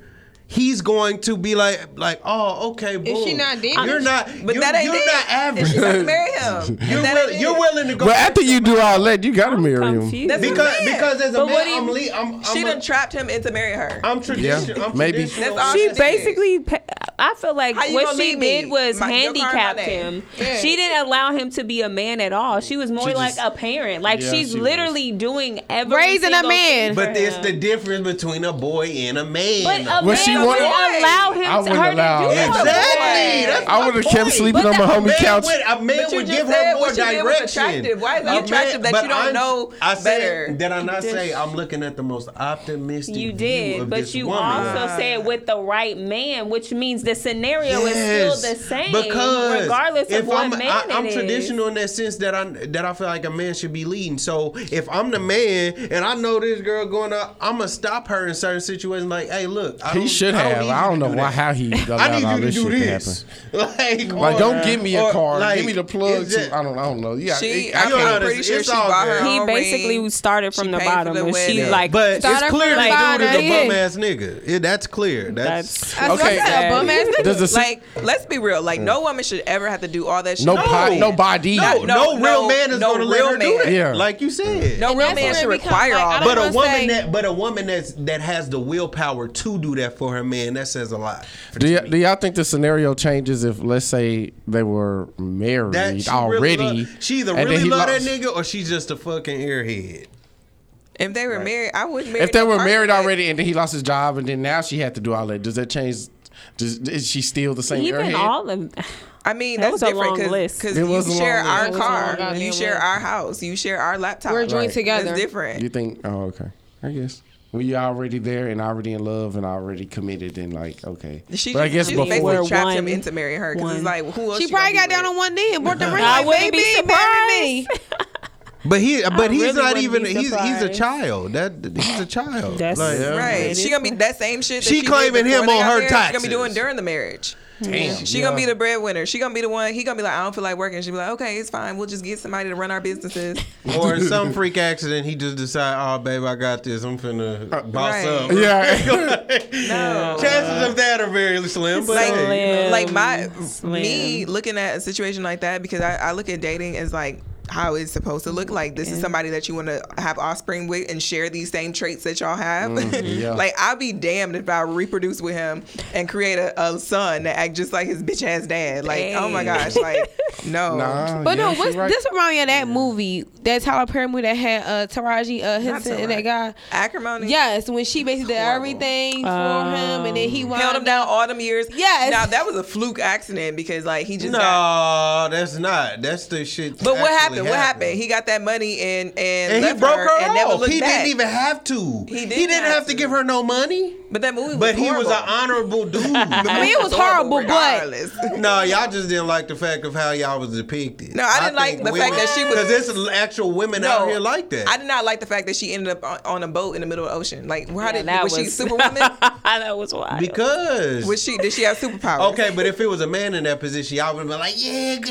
He's going to be like, like, oh, okay, boom.
she not dead?
You're not.
But
you're,
that ain't
you're
it.
not
And
average.
She's
You're,
not marry him. And that
will,
ain't
you're
it.
willing to go.
but after you do all that, you gotta marry him.
Confused.
That's what
because
I'm saying.
because as a
But what
man,
do you-
I'm, le- I'm, I'm
She
a-
done trapped him into marrying her.
I'm traditional.
Yeah,
I'm
maybe.
traditional.
That's all
She
Honestly.
basically, pa- I feel like
How you
what
gonna
she
leave me?
did was
My- your car, my
handicapped
name.
him. She didn't allow him to be a man at all. She was more
She
like
just-
a parent. Like
Yeah,
she's
she was.
literally doing everything.
Raising a man.
But there's the difference between a boy and a man.
But a
Well, she wanted-
man wouldn't allow
I
him to,
wouldn't
her
allow-
to do all
Exactly.
that.
That's
I would have kept sleeping
But
on my
that-
homie
man
couch.
Would, a man
you
would
just
give
said
her more
what you did was attractive.
direction.
Why is he
A man-
attractive that
but
you don't
I'm-
know
I said,
better?
Did I not
This-
say I'm looking at the most optimistic?
You
view of
did, but
this
you
woman.
also said with the right man, which means the scenario is
Yes,
still the same,
because
regardless
if
of what
I'm,
man
I, I'm
it is.
traditional in that sense that I that I feel like a man should be leading. So if I'm the man and I know this girl going up, I'm gonna stop her in certain situations. Like, hey, look, I
He
don't-
should
I don't
have.
need you
I don't
to
know
do
why
that.
how he allowed
I need
all
you to
this
do
shit to
this.
happen.
Like,
Like,
or-
don't give me a
or,
car.
like,
give me the plug.
it's
To,
just-
I don't. I don't know. Yeah,
She-
I,
I'm
can't-
know,
pretty
it's-
sure
it's
she
all
bought her
good.
own
he
ring.
basically started from
She
the
paid for
bottom,
the
and she
wedding.
like
But it's
Started from
clear
the
the dude is
bottom.
a bum ass nigga. It- that's clear. That's,
That's-
That's what I
Okay.
said, a bum
ass nigga.
Does the se-
like, let's be real. Like, no woman should ever have to do all that shit.
No,
to a
po-
man.
no body.
No, no,
No,
real
no,
man is
no
gonna let
real
her do
man.
that.
Yeah.
Like you said.
No
And
real
that's where
man
it
should
becomes,
require
like, I
all
don't
that.
But a
wanna
woman
say-
that but a woman that's that has the willpower to do that for her man, that says a lot.
Do, y- do y'all think the scenario changes if, let's say, they were married
That she
already?
Really love, she either
and then
really
he
love
lost-
that nigga or she's just a fucking airhead.
If they were married, I wouldn't marry.
If they
no
were
person
married
that-
already and then he lost his job and then now she had to do all that, does that change? Does, is she still the same
Even
airhead?
all of
I mean,
That
that's
was a
different
long list.
because
It
you
was a
share
long
our
list.
It was a long
car,
goddamn
you share
list.
our house, you share our laptop.
We're joined
Right.
together.
It's different.
you think? Oh, okay. I guess. When you're already there and already in love and already committed and like, okay.
She,
but I guess
she
before.
basically trapped him
One.
into marrying her because
One.
it's like who else
She
you
probably got
gonna be
down
with?
on one knee and brought the ring.
I
Like,
wouldn't
baby,
be
marry me.
But he but he's
really
not
wouldn't
even
be
he's he's a
surprised.
child. That he's a child.
That's-
Yeah.
Right,
It
she
is
gonna be that same shit. That
She
did
claiming
before
him
they
on
got
her
married, She gonna
taxes.
be doing during the marriage.
Damn.
She gonna be the breadwinner. She gonna be the one. He gonna be like, I don't feel like working. She be like, okay, it's fine. We'll just get somebody to run our businesses.
or in some freak accident, he just decide, oh babe, I got this. I'm finna boss
Right.
up.
Yeah.
No.
Chances of that are very slim. But
like,
hey.
Slim,
like my
slim.
me looking at a situation like that because I, I look at dating as like how it's supposed to look like. This is somebody that you want to have offspring with and share these same traits that y'all have.
Mm, yeah.
like I'll be damned if I reproduce with him and create a, a son that act just like his bitch ass dad. Like oh my gosh, like no.
Nah,
But
Ah, yeah,
no,
she
what's
right.
this remind me of that movie, that Tyler Perry movie that had uh, Taraji uh, Henson and that
Taraji.
guy.
Acrimony.
Yes, when she basically did everything for Uh, him, and then he
Held him
wound up.
down all them years.
Yes.
Now that was a fluke accident because like he just
no,
got
that's not. That's the shit.
But what
actually
happened? What happened? He got that money and and,
and he
left
broke her,
and never
off.
looked
He
back.
didn't even have to. He,
He
did
didn't
not have
have
to
to.
give her no money.
But that movie was
But he was
horrible.
an honorable dude.
The movie
mean, it was horrible, but-
regardless.
no, y'all just didn't like the fact of how y'all was depicted.
No, I didn't like the fact that she was-
because there's actual women out here like that.
I did not like the fact that she ended up on, on a boat in the middle of the ocean. Like, how
Yeah,
did
that
was, she
was-
Superwoman?
that was wild.
because
was she? Did she have superpowers?
okay, but if it was a man in that position, y'all would be like, yeah, good.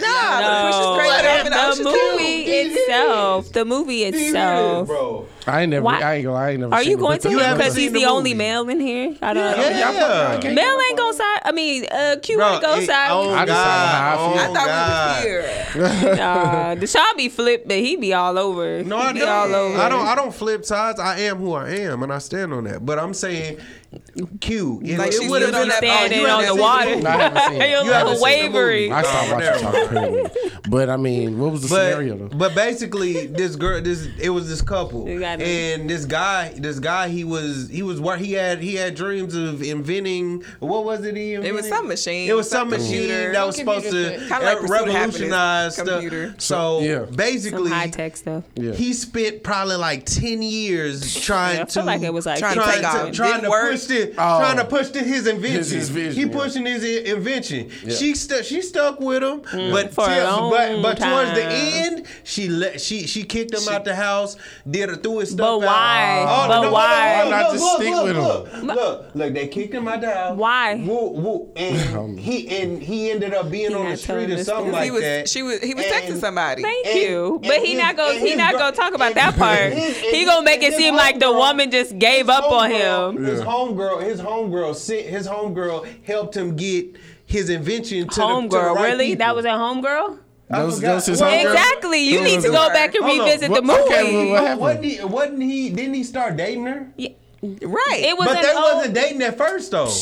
Nah, but Ah, the
No.
push is crazy. The
the
ocean too.
movie itself. The movie itself.
bro.
I ain't never.
Why-
I ain't gonna. I ain't never.
Are
seen
you
it,
going
but
to
the-
him
haven't
because
seen
he's
the
the, only
movie.
male in here? I don't.
Yeah.
Y'all fucking- I can't-
Male ain't gonna side. I mean, uh, Q ain't
Bro,
gonna
it-
side.
oh,
with
I
God,
just saw how I
oh,
feel.
I thought
God.
we was here.
Nah, Deshaun be flipped, but he be all over.
No,
he
I
be
don't.
all over.
I don't. I don't flip sides. I am who I am, and I stand on that. But I'm saying, Q. If
Like,
it
she
would've
stood on
been-
that-
oh, you
Standing
haven't
on
seen
the water.
movie.
No, I haven't seen it.
You're a
You
little
haven't seen the
wavery.
movie.
I
Oh,
saw about
never
you
mind.
talk crazy. But I mean, what was the scenario though?
But, but basically, this girl, this it was this couple,
You got it.
and this guy, this guy, he was he was what he had he had dreams of inventing. What was it? He
was
invented?
some machine,
It was some
some
machine
computer.
that was
Some
supposed
computer
to
shit.
Kinda like
uh,
Pursuit of Happiness,
revolution.
computer.
stuff. So
Yeah.
basically,
High tech stuff.
Yeah.
he spent probably like ten years trying
Yeah, I
to
feel like it was like
trying,
Trying to take
to,
off.
trying
Didn't
to
work.
push the,
Oh.
trying to push to his invention.
his vision,
he
yeah.
pushing his i- invention. She stuck she stuck with him, but
Mm, For a
till-
long
but but towards the
time.
end she let she she kicked him out the house, did her threw his stuff out.
But why?
Oh,
But
no, no,
why?
no,
Why
no,
not
look,
just
look,
stick
look,
with him?
look, Look, look, they kicked him out the house.
Why?
Woo, woo, and he and he ended up being
He
on
not
the
telling
street or
us
something
this.
like
He was.
that.
She was. He was
And-
texting somebody.
Thank
And-
you,
and
but he
his-
not gonna
and
he
his
not
gir-
gonna talk about
and-
that part.
and his- and
he gonna make it
his
seem like the
homegirl-
woman just gave up on
homegirl-
him.
His homegirl, his homegirl, sent- his homegirl helped him get his invention to the, to the
Homegirl,
right
really?
people.
That was a homegirl.
I
Those-
forgot.
those his
Well,
homegirl?
Exactly. You need to go back and
Hold on.
revisit the movie.
What- okay, well, what happened?
Wasn't he? Wasn't he? Didn't he start dating her?
Yeah.
Right.
It was
But
an
they
old-
wasn't dating at first though.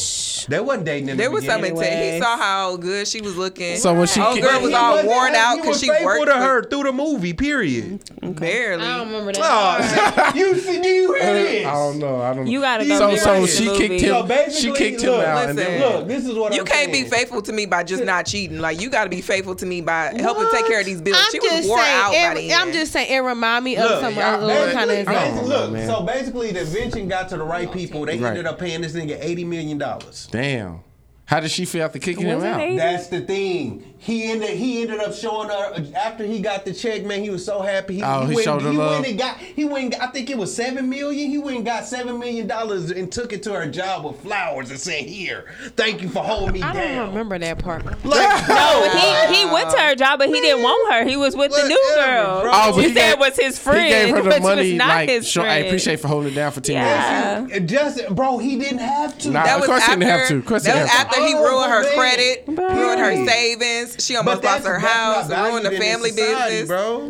They wasn't dating. In
There
the
was some
beginning.
intent. He
Anyways.
saw how good she was looking.
So when she
old
kicked-
girl was
He
all
wasn't-
worn
he
out because
was
she
faithful
worked
to
with-
her through the movie. Period.
Mm-hmm.
barely.
I don't remember that.
Oh, you see? Do you hear
Uh, I
this?
don't know. I don't.
You gotta go
So
back
so
to
she
the
kicked
movie.
him.
So basically,
she kicked him
look,
out. and
listen.
then,
Look, this is what
You
I'm
can't be
saying.
faithful to me by just not cheating. Like you got to be faithful to me by helping take care of these bills.
I'm
she was
just
wore out by
saying.
the
It, I'm
end.
just saying. It remind me of
Look,
some
y'all-
other kind
basically-
of.
basically-
Come on,
look,
man.
so basically the invention got to the right people. They
Right.
ended up paying this nigga eighty million dollars.
Damn. How did she feel after kicking him
Wasn't
out?
they-
That's the thing. He ended. He ended up showing her after he got the check. Man, he was so happy. He,
Oh, he
went,
showed her
he
love.
went and got. He went. I think it was seven million. He went and got seven million dollars and took it to her job with flowers and said, "Here, thank you for holding me
I
down."
don't remember that part.
Like,
No, he, he went to her job, but he didn't want her. He was with the new
Whatever,
girl.
bro.
Oh, but
he,
he
said
gave-
was his friend,
He gave her
which
the money.
was not
Like,
his
sure, I
friend.
appress- appreciate for holding it down for ten
Yeah.
years.
It Just, bro, he didn't have to.
Nah,
That
of
was
course he
after,
Uh, didn't have to. Of course he
that
didn't
was
have
after
to.
he
Oh,
ruined her
man.
credit, ruined her savings. She almost lost
that's-
her
that's not
house, ruined the
valued in
family
society,
business.
bro.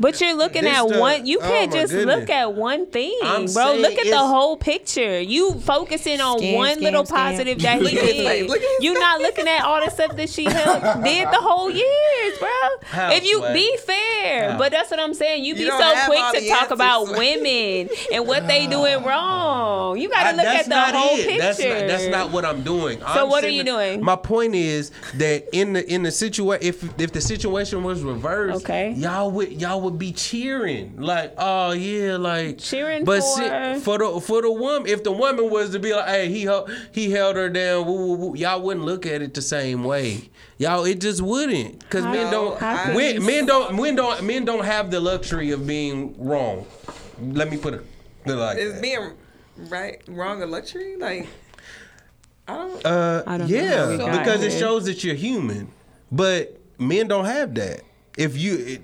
But you're looking
This
at
the-
one. You
oh
can't
my
just
goodness.
look at one thing,
I'm
bro. Look
saying
at the
it's-
whole picture. You focusing on
Scam,
one
scam,
little
scam.
positive that he
Look at his face,
did.
look at his
You're not looking at all the stuff that she held, did the whole years, bro.
How,
if you
Swag?
be fair, but that's what I'm saying. You, be
don't
so
have
quick
all
to
the
talk about
answers.
women and what they doing wrong. You got
I-
to look
that's
at the
not
whole
it.
picture.
That's not, that's not what I'm doing. So
what are you doing?
My point is that in the in the situation, if if the situation was reversed,
Okay.
y'all would y'all would be cheering like, oh yeah, like
Cheering
si-
for-
for the for the woman. If the woman was to be like, hey, he hel- he held her down, woo, woo, woo, y'all wouldn't look at it the same way. Y'all, it just wouldn't, cause men don't
how could you
men, men don't men don't men don't have the luxury of being wrong. Let me put it like
Is
that.
being right, wrong, a luxury? Like, I don't.
Uh,
don't know how
yeah,
we got
because it
here.
shows that you're human, but men don't have that. If you, it,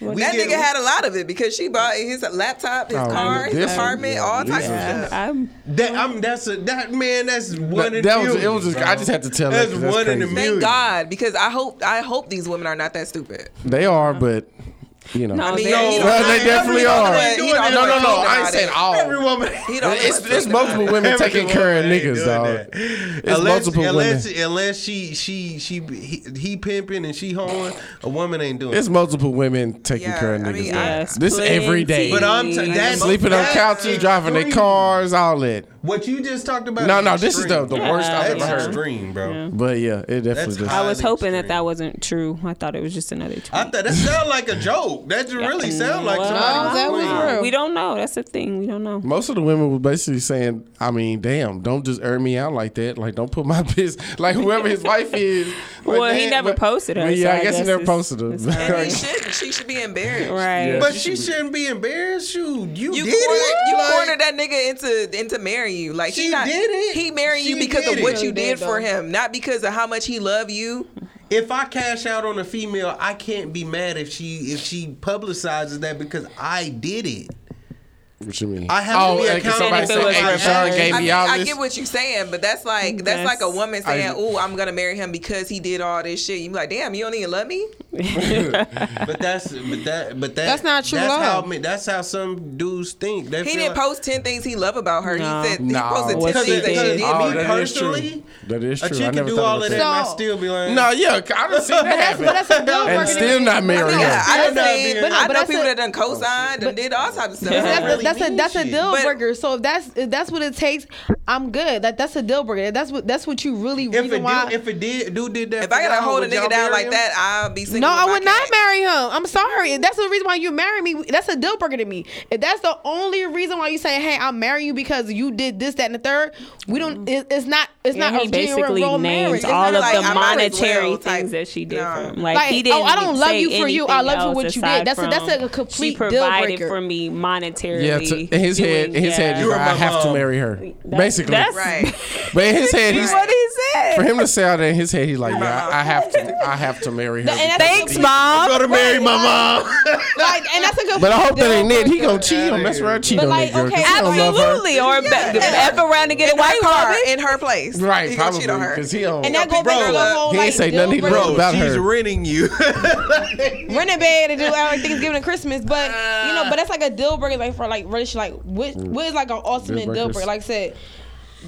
we
that
get-
nigga had a lot of it because she bought his laptop, his
Oh,
car, his
this-
apartment,
yeah,
all
this
types
is-
of stuff.
I'm,
that. I'm that's a that man. That's one. in
that
a
was- it
million,
was just-
bro.
I just had to tell her,
That's,
'cause that's
one in a
crazy.
million.
Thank God, because I hope I hope these women are not that stupid.
They are, but you know.
No,
I
they-
mean, he don't
Well,
know-
they
he
definitely
don't know
are.
what- he
No,
don't know
no, no,
what
no.
he
I ain't
about
saying
it.
all.
Every woman.
He don't know
It's,
what
it's
he about
multiple women
Every
taking
woman
care of
ain't
niggas,
doing
dog.
that.
It's
unless,
multiple
unless,
women.
Unless she she she he, he pimping and she hoeing, a woman ain't doing.
It's
it.
multiple women taking
Yeah,
care of
I
niggas.
mean,
dog.
yes,
this every day.
But I'm
plenty.
t- that's
Sleeping on
that's
couches, driving their
extreme.
cars, all that.
What you just talked about?
No,
is
no, this is the-
extreme.
the worst
I've
That's
ever heard.
Extreme, bro.
But yeah, it definitely just.
I was
highly
hoping that
extreme.
that wasn't true. I thought it was just another tweet.
I thought that sounded like a joke. That just really sounded
Mm,
like
Well,
somebody
that
was
was
playing.
real.
We don't know. That's the thing. We don't know.
Most of the women were basically saying, I mean, damn, don't just air me out like that. Like, don't put my business, like whoever his wife is. like
Well, he
that.
never
But-
posted her,
Well, yeah,
so
I,
I
guess, he
guess
never
it's-
posted her.
it's
And he shouldn't. She should be embarrassed.
Right.
Yeah.
But she shouldn't be embarrassed. Shoot, you,
You
did
cornered,
it.
you
Like,
cornered that nigga into into marrying you. Like he
She
not,
did it.
He married you
She
because
did
of what
it.
you
She did,
did for
though.
him, not because of how much he loved you.
If I cash out on a female, I can't be mad if she if she publicizes that because I did it.
What you mean?
I have to be
and can
accountable
somebody
for
say,
what
hey,
I
Sean
did."
gave
I,
me
mean,
all
I
this.
get what you're saying, but that's like that's,
That's-
like a woman saying,
I-
"Oh, I'm gonna marry him because he did all this shit." You be like, "Damn, you don't even love me."
But that's but that but that
That's not true
That's
love.
how ma- that's how some dudes think. They
He
feel
didn't
like,
post ten things he loved about her.
No.
He said
No.
he posted
What
ten
because
she
things
it,
that she
because
did.
did.
Oh,
me
that is true.
personally,
That is
a
true.
chick
I
can
never
do
thought
all
of
of
that.
that, and I
So-
still be like,
No, yeah, I done seen that happen.
But that's a deal
and
breaker.
still not married.
Yeah, I,
That's
done
not
seen-
being- But no,
I
but
know
that's
people
a-
that done co-signed and did all types of stuff.
That's,
really
that's a
mean
that's a
shit.
deal
But-
breaker. So if that's if that's what it takes, I'm good. That that's a deal breaker. That's what that's what you really
if
reason
it
why.
did, if it did, dude did that.
If
for
I gotta
y'all,
hold a
would y'all
nigga down
marry
like
him?
that, I'll be single.
no, I
with my
would not
cat.
marry him. I'm sorry. If that's the reason why you marry me, that's a deal breaker to me. If that's the only reason why you say, "Hey, I'll marry you because you did this, that, and the third, we
Mm-hmm.
don't. It, it's not. It's
And
not
he
a genuine
basically
real
named
marriage. It's
all
not
of
like,
the
I might as
monetary
well type-
things that she did
No.
for him. Like,
Like,
he didn't.
oh, I don't love
say
you for you. I love
anything
you
else
what you did.
aside
That's a-
from,
that's a complete
She
deal
provided
breaker.
for me monetarily.
Yeah, to, in his head, in his head,
yeah.
he's
You're
like, I
my
have to
mom.
marry her, basically.
That's
Right.
but in his head, he's,
what he said.
for him to say all that in his head, he's like, yeah,
mom.
I, I have to, I have to marry her.
and that's-
Thanks, mom.
gotta marry my mom.
like, and that's a good.
but I hope that ain't it. He
deal
gonna
breaker.
cheat on. That's right, cheat
But
on
like,
that girl. 'cause
okay,
he don't love her.
Absolutely. Or
Yeah.
yeah. F around to get
in
a white
her car,
car.
in her place.
Right,
He gonna
probably
cheat on her.
because he don't.
And that goes back to the
Bro,
whole
he ain't
like,
say
deal
nothing he
breaker.
wrote. about
she's
her.
renting you.
rent a bed and do everything Thanksgiving and Christmas. But you know, but that's like a deal breaker, like for like really like what what is like an ultimate
Mm.
deal,
Deal breakers.
breaker? Like I said,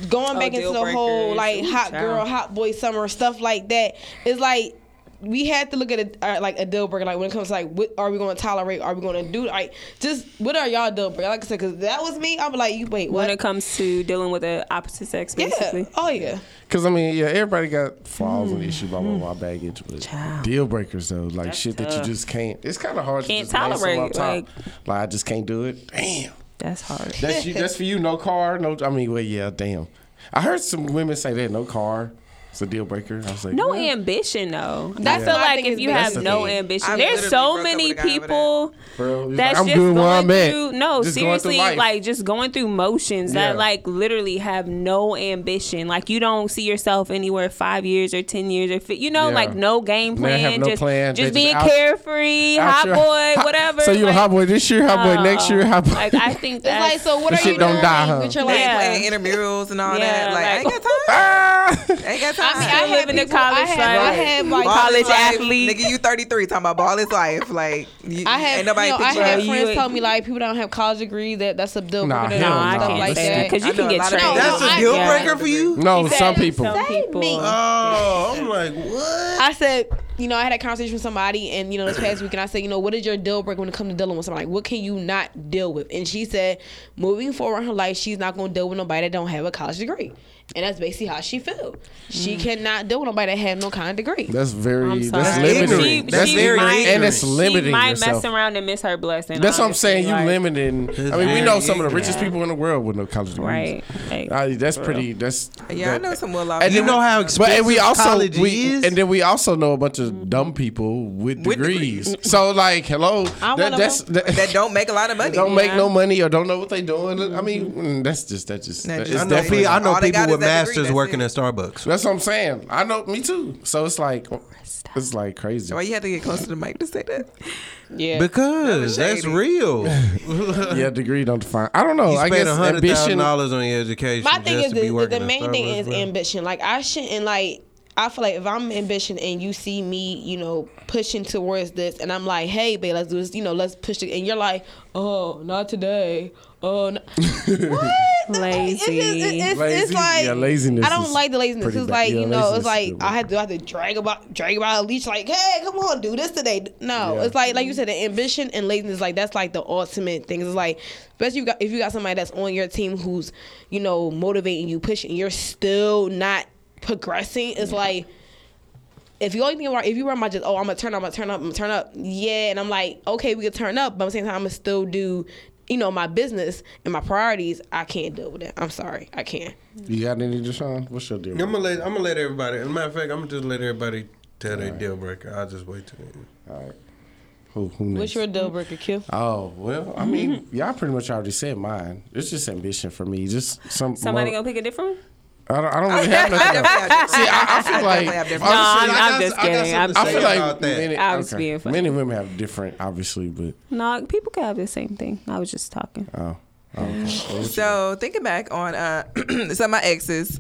going
Oh,
back into
deal
the whole
breakers.
like
Ooh,
hot
child.
girl, hot boy summer stuff like that. It's like we had to look at it uh, like a deal breaker. Like when it comes to like what are we going to tolerate? Are we going to do like just what are y'all deal breaker? Like I said, because that was me. I'm like, you wait,
When it
what?
comes to dealing with the opposite sex,
Yeah.
basically.
Oh yeah.
Because I mean, yeah, everybody got flaws
Mm.
and issues, blah blah blah, baggage, but deal breakers though, like shit that
tough.
you just can't. It's kind of hard
Can't
to just tolerate.
tolerate,
Like,
like-
like I just can't do it. Damn,
That's hard.
that's you. That's for you. No car. No. I mean, well, yeah. Damn. I heard some women say that no car, It's a deal breaker. I was like,
No
what?
ambition though. I
That's
feel
what I
like
think
if
is
you
big.
have
That's the
no
thing.
ambition,
I
there's
literally
so
broke up
many
with a guy over
people
Bro, he's
that's
like, I'm
just
good
going
where I'm at.
through no
Just going through
seriously
life.
like just going through motions that
Yeah.
like literally have no ambition. Like you don't see yourself anywhere five years or ten years or fi- you know
Yeah.
like no game
They
plan,
have no
just
plan. They
just
just
being
out-
carefree,
Out
hot
your-
boy, whatever.
So you a
like,
hot boy this year, hot boy next year,
uh,
hot boy.
Like I think
It's
that's
like, so what
The
are
shit
you
don't
doing
die, huh?
with your
Like
life?
Yeah.
playing intramurals and all
Yeah,
that. Like, I ain't
like-
got time.
Ah!
I ain't got time.
I mean, I
Still
had
living the
people-
college
I had, I
life.
had like
Ball
Ball is
College
life.
athlete.
Nigga, you 33 talking about ball is life. Like, you,
I had,
ain't nobody
you know, I
picking
had
up.
friends
You-
tell me like people don't have college degrees that that's a deal
Nah,
breaker
hell
no,
and
I
no.
stuff
can't
like
That's
stand
that.
it because you
I know
can
a
get
lot of people-
trained.
That's
a
Yeah.
deal
breaker for you?
no, Oh, some people.
Some
Save
people.
me.
Oh, I'm like, what?
I said, you know, I had a conversation with somebody, and you know, this past week, and I said, you know, what is your deal breaker when it comes to dealing with somebody? Like, what can you not deal with? And she said, moving forward in her life, she's not going to deal with nobody that don't have a college degree, and that's basically how she feel.
Mm.
She cannot deal with nobody that have no kind of degree.
That's very.
I'm
That's
sorry.
limiting.
She-
that's
she
very,
might-
and it's
she
limiting
she might
yourself.
mess around and miss her blessing.
That's what I'm
honestly,
saying. You
like-
limiting. I mean, we
very
know some of the
ignorant.
richest people in the world with no college degrees.
Right. Like,
I, that's
for
pretty.
real.
That's
Yeah, I
that-
know some will off.
And
You know how
But
expensive
and we also
college
we
is.
and then we also know a bunch of dumb people with,
With
degrees. So like, hello,
I
that,
wanna-
that's that,
that don't make a lot of money.
don't make
Yeah.
no money or don't know what they doing. I mean, mm, that's just that just
That
that
just-
it's
I know,
definitely.
pe- I know
All they got
people
is
with
that
masters
degree, that's
working
it.
at Starbucks.
That's what I'm saying. I know, me too. So it's like, it's like crazy.
Why you had to get close to the mic to say that?
yeah.
Because that's
shady.
real.
Yeah, degree don't define. I don't know.
You
I
spend
guess
a hundred thousand
ambition.
dollars on your education.
My thing
just
is
to be
the,
working
the
at
main thing
Starbucks,
is
bro.
ambition. Like I shouldn't like. I feel like if I'm ambition and you see me, you know, pushing towards this, and I'm like, "Hey, babe, let's do this," you know, let's push it, and you're like, "Oh, not today." Oh, no.
lazy.
It's, just- it's, it's,
Lazy.
it's like
Yeah, laziness
I
is
don't like the laziness.
pretty
It's
bad.
like
Yeah,
you know,
laziness
it's
is a
like
good
I
word.
had to I had to drag about drag about a leash. Like, hey, come on, do this today. No,
Yeah.
it's like like you said, the ambition and laziness. Like that's like the ultimate thing. It's like especially you got, if you got somebody that's on your team who's you know motivating you, pushing, you're still not progressing. It's like if you only think about if you were my just oh I'm gonna turn up, I'm gonna turn up, I'm gonna turn up, yeah, and I'm like okay we can turn up, but at the same time I'm gonna still do you know my business and my priorities. I can't deal with it. I'm sorry, I can't.
You got any, Deshaun? What's your deal?
I'm gonna let I'm gonna let everybody. As a matter of fact, I'm gonna just let everybody tell their deal breaker. I'll just wait till the end.
All right. Who, who next?
What's your deal breaker, Q?
Oh well, I mean, y'all pretty much already said mine. It's just ambition for me. Just some
Somebody
mo-
gonna pick a different one?
I don't, I don't really have nothing. else. See, I, I feel like
definitely have different-
honestly,
No,
I
I'm- I'm
got-
just
I got something
kidding. I'm
to say
just
kidding.
about that.
Many-
I was being funny.
Many women have different, obviously, but
No, people could have the same thing. I was just talking.
oh, oh, okay.
So thinking back on uh, some of my exes,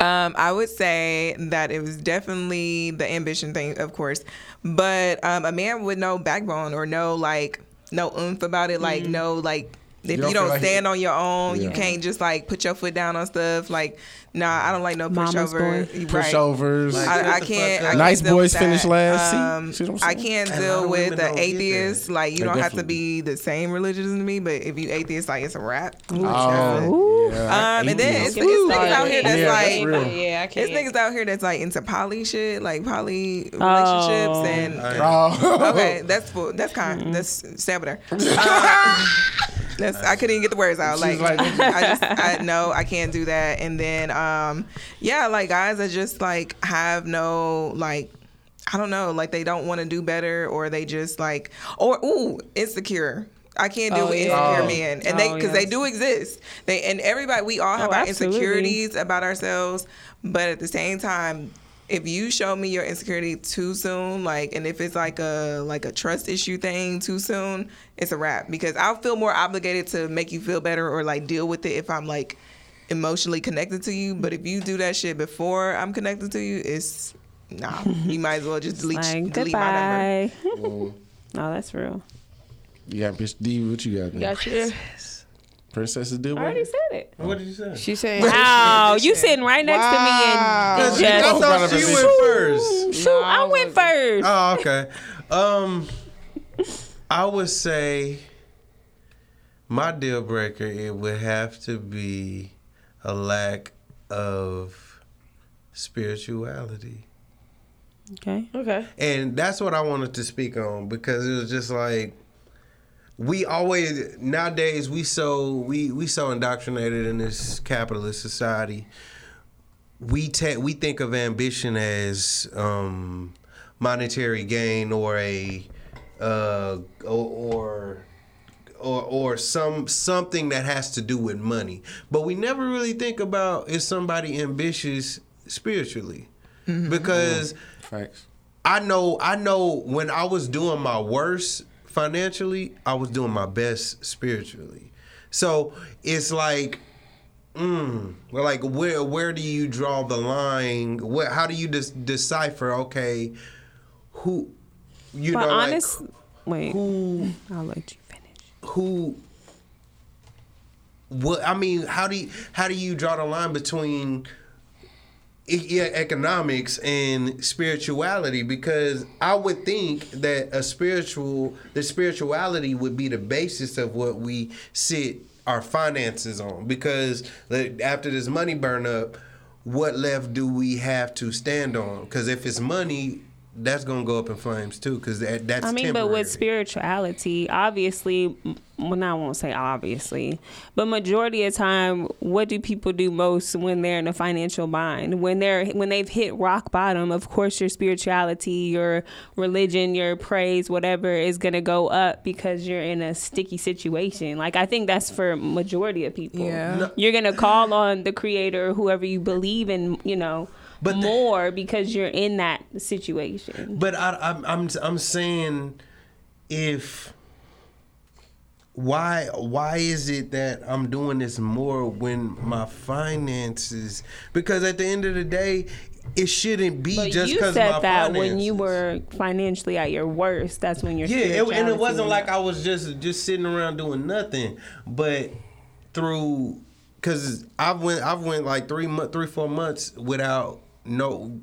um, I would say that it was definitely the ambition thing, of course, but um, a man with no backbone or no like no oomph about it, like no like. If
Mm-hmm. You don't
you don't,
feel like he-
stand on your own,
Yeah.
you can't just like put your foot down on stuff. Like, nah, I don't like no
Mama's
pushover.
boy.
Right.
pushovers.
Like-
I, I
Get the
can't.
fuck
I
out.
can't
Nice
deal with
boys finish
that.
last. See?
Um,
See what I'm
I
saying?
can't
A lot
deal with
of women
the
don't get that.
atheists. Like you
They
don't have to
definitely-
be the same religion as me, but if you atheist, like it's a wrap.
oh, yeah.
Um, and then it's,
Atheist.
it's niggas out here that's
Yeah, that's
like.
real.
oh, yeah, I
it's
can't.
niggas out here that's like into poly shit, like poly relationships,
Oh.
and
Oh.
okay, that's full, that's kind,
Mm-hmm.
that's saboteur. Um, that's I couldn't even get the words out.
She's
Like,
like-
I just I no, I can't do that. And then um, yeah, like guys that just like have no like. I don't know, like they don't want to do better, or they just like, or ooh, insecure. I can't deal
Oh,
with
yeah.
insecure
Oh.
men, and they
Oh,
because they
yes.
do exist. They and everybody, we all have
Oh,
our
absolutely.
insecurities about ourselves, but at the same time, if you show me your insecurity too soon, like, and if it's like a like a trust issue thing too soon, it's a wrap because I'll feel more obligated to make you feel better or like deal with it if I'm like emotionally connected to you. But if you do that shit before I'm connected to you, it's nah. You might as well just delete
Like,
delete my number.
goodbye.
Mm.
no, that's real.
You got bitch D. What you got? Then?
Got you.
Princess is deal
I already
breaker.
said it.
What did you say?
She said,
Wow, you sitting right next to me and
Uh, She- I
That's
just.
about
thought
a
she went
position.
first.
Shoot, I went first.
Oh, okay. Um, I would say my deal breaker it would have to be a lack of spirituality.
Okay.
"Okay,
And that's what I wanted to speak on because it was just like we always nowadays we so we we so indoctrinated in this capitalist society. we te- we think of ambition as um, monetary gain or a uh, or, or or or some something that has to do with money, but we never really think about is somebody ambitious spiritually because.
Facts.
I know I know when I was doing my worst financially, I was doing my best spiritually. So it's like mm, well, like where where do you draw the line? What how do you des- decipher okay who you
But
know
honest,
like
wait,
who
I'll let you finish.
who what I mean, how do you how do you draw the line between e- yeah, economics and spirituality because I would think that a spiritual the spirituality would be the basis of what we sit our finances on because like, after this money burn up what left do we have to stand on because if it's money that's gonna go up in flames too because that, that's
I mean,
temporary.
but with spirituality, obviously, m- well, no, I won't say obviously, but majority of time, what do people do most when they're in a financial bind? When they're when they've hit rock bottom, of course, your spirituality, your religion, your praise, whatever, is gonna go up because you're in a sticky situation. Like I think that's for majority of people.
Yeah. No.
you're gonna call on the creator, whoever you believe in, you know.
But the-
more because you're in that situation.
But I, I'm I'm I'm saying, if why why is it that I'm doing this more when my finances? Because at the end of the day, it shouldn't be
But
just
you
because
said
my
that
finances.
when you were financially at your worst. That's when your
yeah, it, and it wasn't
spirituality-
like I was just just sitting around doing nothing, but through because I've went I've went like three month three four months without no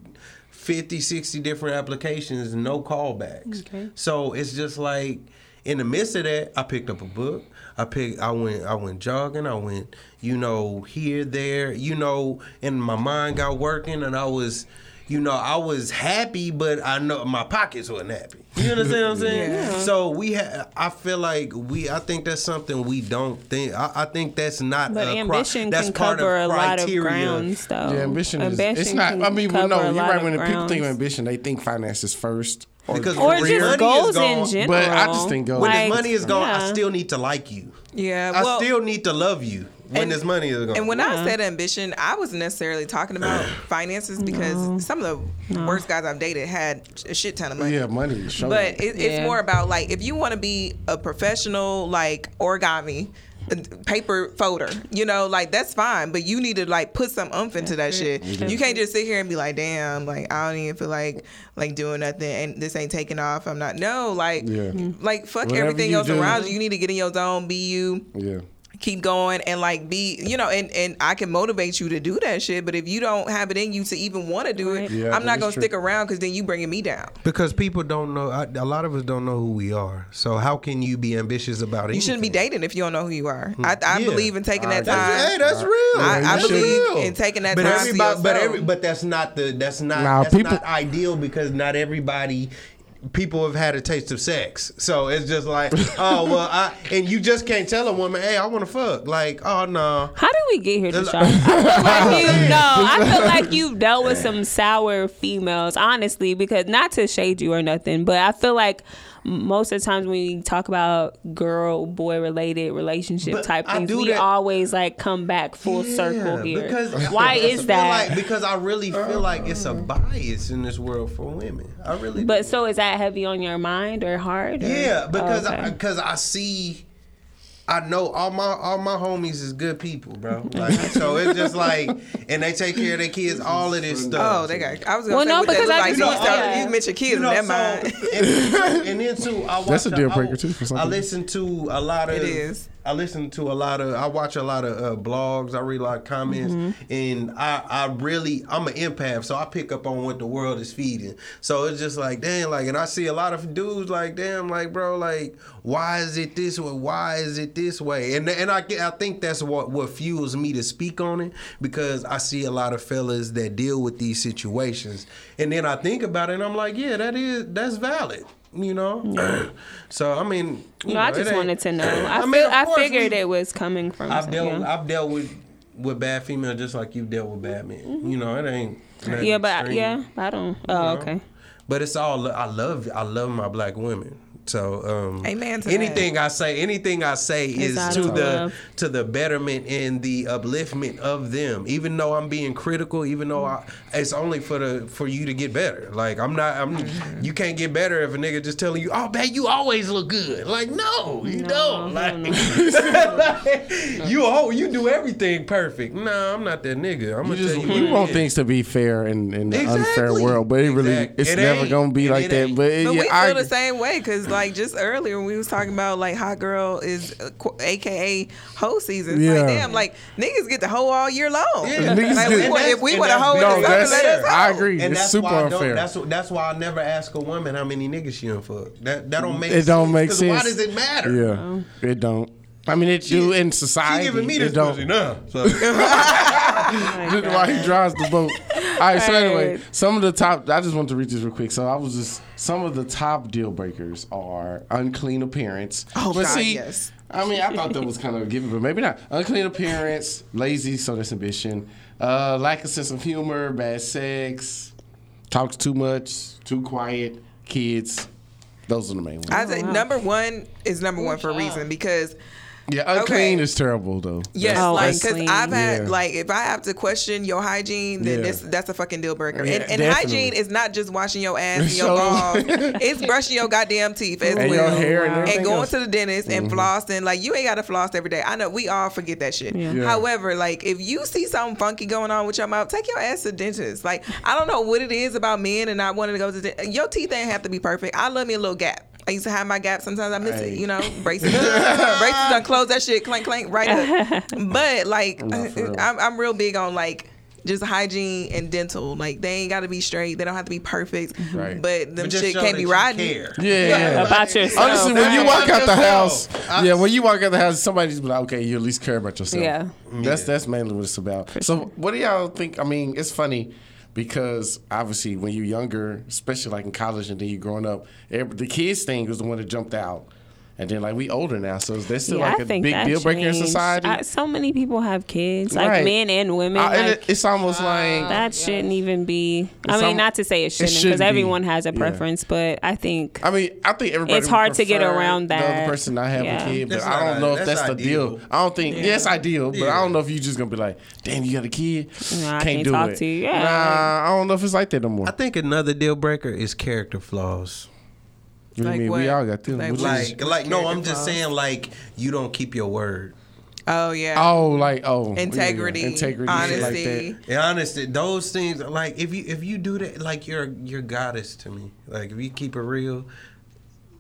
50 60 different applications no callbacks
Okay.
so it's just like in the midst of that I picked up a book I picked I went I went jogging I went you know here there you know and my mind got working and I was you know I was happy but I know my pockets weren't happy you understand what I'm saying so we ha- I feel like we I think that's something we don't think I, I think that's not
But
a Uh, cri-
ambition
that's
can
part
cover a
of
lot of
criteria.
grounds, though.
Yeah, ambition is. It's
Um, Ambition
not.
can
I mean, well,
cover
no,
a
you're
lot
right.
of
When the people think of
grounds.
ambition, they think finances first. Or
Because
or
Money is
just goals
gone,
in
but
general.
I just think goals.
When
Like,
this money is gone, I
yeah.
still need to like you.
Yeah,
I
well,
still need to love you when
and-
this money is gone.
And when I
Yeah.
said ambition, I wasn't necessarily talking about finances because some of the worst guys I've dated had a shit ton of money.
yeah, money. Show
But it, it's
Yeah.
more about like if you want to be a professional like origami uh, paper folder, you know, like that's fine, but you need to like put some umph into that shit. You can't just sit here and be like, "Damn, like I don't even feel like like doing nothing, and this ain't taking off." I'm not. No, like,
Yeah.
Mm-hmm.
like fuck
Whatever
everything
you
else
do.
around you. You need to get in your zone, be you
yeah.
keep going and like be you know and and I can motivate you to do that shit but if you don't have it in you to even want to do it
Right.
Yeah,
I'm
that
not
is
going to
true.
stick around cuz then you bringing me down
because people don't know, I, a lot of us don't know who we are. So how can you be ambitious about it?
you shouldn't be dating if you don't know who you are
Hmm.
I, I
Yeah.
believe in taking that
All right.
That's, hey,
time
that's real.
I- I
That's
believe
real.
in taking that
but
time to
everybody- but
yourself.
every, but that's not the that's not
Nah,
that's
people-
not ideal because not everybody people have had a taste of sex. So it's just like, oh well, I and you just can't tell a woman, hey, I want to fuck. Like, oh no,
How did we get here, Deshaun? I feel like you know. I feel like you've dealt with some sour females, honestly, because not to shade you or nothing, but I feel like most of the times when we talk about girl boy related relationship
But
type
I
things,
do
we
that-
always like come back full circle
Yeah,
here.
Because
Why
I
is
feel
that? Uh-huh.
Like, because I really feel like it's a bias in this world for women. I really
But so is that heavy on your mind or hard? Or?
Yeah, because
Oh, okay.
I, because I see, I know all my all my homies is good people, bro. Like, so it's just like, and they take care of their kids, all of this stuff.
oh they got I was going
Well,
to
no,
say what
because I
that
just
look
want-
like you,
yeah.
you mentioned kids
You know,
in
so,
that mind
and, then too- and then too, I watch
That's a deal breaker
I,
too for some
I
people.
listen to a lot of.
It is.
I listen to a lot of. I watch a lot of uh, blogs. I read a lot of comments,
Mm-hmm.
and I, I really, I'm an empath, so I pick up on what the world is feeding. So it's just like, damn, like, and I see a lot of dudes like, damn, like, bro, like, why is it this way? Why is it this way? And and I get- I think that's what what fuels me to speak on it because I see a lot of fellas that deal with these situations, and then I think about it, and I'm like, yeah, that is that's valid. You know, so I mean, you
No, I
know, it
just
ain't-
wanted to know. I,
mean,
feel,
of
I
course
figured
we-
it was coming from.
I've dealt.
somewhere.
I've dealt with with bad females just like you dealt with bad men. You know, it ain't. nothing
Mm-hmm. Yeah, but
extreme,
yeah, I don't. Oh,
you know?
okay.
But it's all I love. I love my black women. So um,
Amen to that.
anything I say, anything I say is
out
to
of
the
love.
to the betterment and the upliftment of them. Even though I'm being critical, even though I, it's only for the for you to get better. Like I'm not. I'm. You can't get better if a nigga just telling you, "Oh, man, you always look good." Like no, you don't. Like, you all you do everything perfect. No, I'm not that nigga. I'm
You
gonna
just
tell you.
you
what it
want
is.
things to be fair in, in the unfair
Exactly.
world, but it really
Exactly.
it's
It
never
ain't.
gonna be
It-
like
it
that.
ain't.
But,
But
yeah,
we feel
I,
the same way because, like, just earlier when we was talking about like hot girl is uh, qu- AKA hoe season. It's
Yeah.
Like, damn, like niggas get to hoe all year long.
Yeah.
Niggas
Like,
do.
we want,
And
if we
that's-
want to
and
hoe in the
that's-
no,
summer,
that's
let us hoe.
I agree.
And
it's
that's
super
why I
unfair.
Don't, that's that's why I never ask a woman how many niggas she done fucked. That that don't make
it don't make
'cause
sense.
Why does it matter?
Yeah, it don't. I mean, it do in
She
society.
giving me
it
this
don't.
pussy now. So.
Just while he drives the boat. All right, so
Right.
anyway, some of the top. I just want to read this real quick. So I was just some of the top deal breakers are unclean appearance.
Oh, God, yes.
I mean, I thought that was kind of a given, but maybe not. Unclean appearance, lazy, so that's ambition, uh, lack of sense of humor, bad sex, talks too much, too quiet, kids. Those are the main ones.
I say number one is number one for a reason because
yeah, unclean
okay.
is terrible though.
Yes,
Oh,
like
that's
because
clean.
I've had
Yeah.
like if I have to question your hygiene, then
Yeah.
this that's a fucking deal breaker.
Yeah,
and and
definitely.
hygiene is not just washing your ass and your
So-
balls; it's brushing your goddamn teeth as
And your
well,
hair and everything
and going
else. Mm-hmm.
to the dentist and flossing. Like you ain't got to floss every day. I know we all forget that shit.
Yeah.
However, like if you see something funky going on with your mouth, take your ass to the dentist. Like I don't know what it is about men and not wanting to go to the dentist. Your teeth ain't have to be perfect. I love me a little gap. I used to have my gap. Sometimes I miss
Hey.
it, you know. Braces, braces done close that shit, clank clank, right up. But like,
Nah, for real.
I'm, I'm real big on like just hygiene and dental. Like they ain't got to be straight. They don't have to be perfect.
Right.
But them
But just
shit
show
can't
that
be
you
riding.
care.
Yeah, yeah.
About yourself.
Honestly, when you
Right.
walk out the house,
Yourself.
yeah, when you walk out the house, somebody's be like, okay, you at least care about yourself. Mm,
Yeah.
that's that's mainly what it's about. So, what do y'all think? I mean, it's funny because obviously when you're younger, especially like in college and then you're growing up, every, the kids thing was the one that jumped out, and then like we older now, so is that still
Yeah,
like
I
a
think
big
that
deal breaker in
changed.
society?
I, so many people have kids, like
Right.
men and women.
I- and
like,
it- it's almost like
that shouldn't even be. I
It's
mean,
al-
not to say it shouldn't, because
shouldn't be.
everyone has a
Yeah.
preference, but I think
I mean, I think everybody.
It's
would
hard to get
prefer
around
The other
that.
person not having
Yeah.
a kid, but
That's
I
not
don't
a-
know if
that's
that's, the
ideal.
deal. I don't think. Yes, ideal, but I don't know if you just gonna be like, "Damn, you got a kid,
Nah, I
can't,
can't
do
talk
it."
to you. Yeah.
Nah, I don't know if it's like that no more.
I think another deal breaker is character flaws.
What do you
Like
mean?
what?
We all got them.
Like
What you
what?
just-
Like uh, like no, I'm
Character
just
flaws.
saying like you don't keep your word.
Oh yeah.
oh, like oh, yeah,
Integrity,
yeah. integrity, shit like that.
honesty.
And honestly, those things like if you if you do that, like you're you're goddess to me. Like if you keep it real,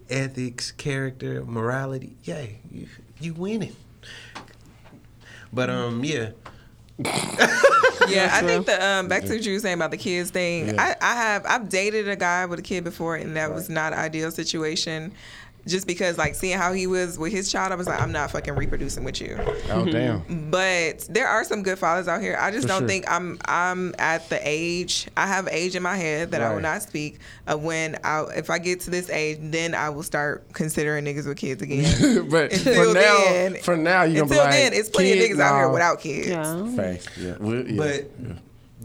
ethics, character, morality, yeah, you, you win it. But um, yeah,
yeah, I think the um, back to what you were saying about the kids thing.
Yeah.
I, I have I've dated a guy with a kid before, and that was not an ideal situation. Just because, like, seeing how he was with his child, I was like, I'm not fucking reproducing with you.
Oh damn.
But there are some good fathers out here. I just
For
don't
sure.
think I'm I'm at the age. I have age in my head that I will
Right.
not speak of when I if I get to this age, then I will start considering niggas with kids again.
but
Until
for now,
then-
for now, you're gonna be
Until
like,
then, it's plenty
kid,
of niggas out here
nah.
without kids.
yeah.
Facts. Yeah. We- yeah.
Mm-hmm. but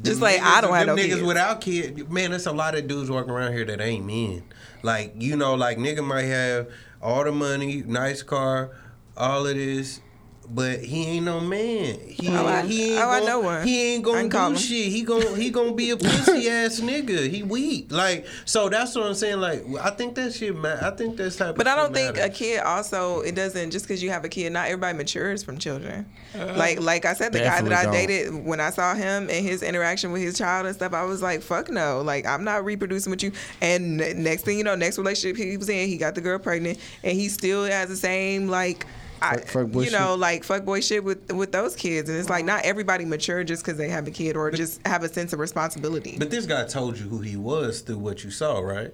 Just
them
like I don't have
them
no
niggas
kids.
without kid. Man, there's a lot of dudes walking around here that ain't men. Like you know, like nigga might have all the money, nice car, all of this. But he ain't no man. He,
Oh, I-
he ain't
oh, I
gon-
know one.
He ain't
I
gonna
can call
do
him.
shit. He gon' he gonna be a pussy ass nigga. He weak. Like so that's what I'm saying. Like I think that shit. Ma- I think that's type.
But
of
I don't
shit
think
matter.
a kid also it doesn't just because you have a kid. Not everybody matures from children. like like I said, the guy that
Definitely
I
don't.
dated when I saw him and his interaction with his child and stuff, I was like, fuck no, like I'm not reproducing with you. And ne- next thing you know, next relationship he was in, he got the girl pregnant, and he still has the same like. I,
Fuck- fuck boy
you know,
shit.
like fuck boy shit with with those kids, and it's like not everybody mature just because they have a kid or just have a sense of responsibility,
But this guy told you who he was through what you saw, right?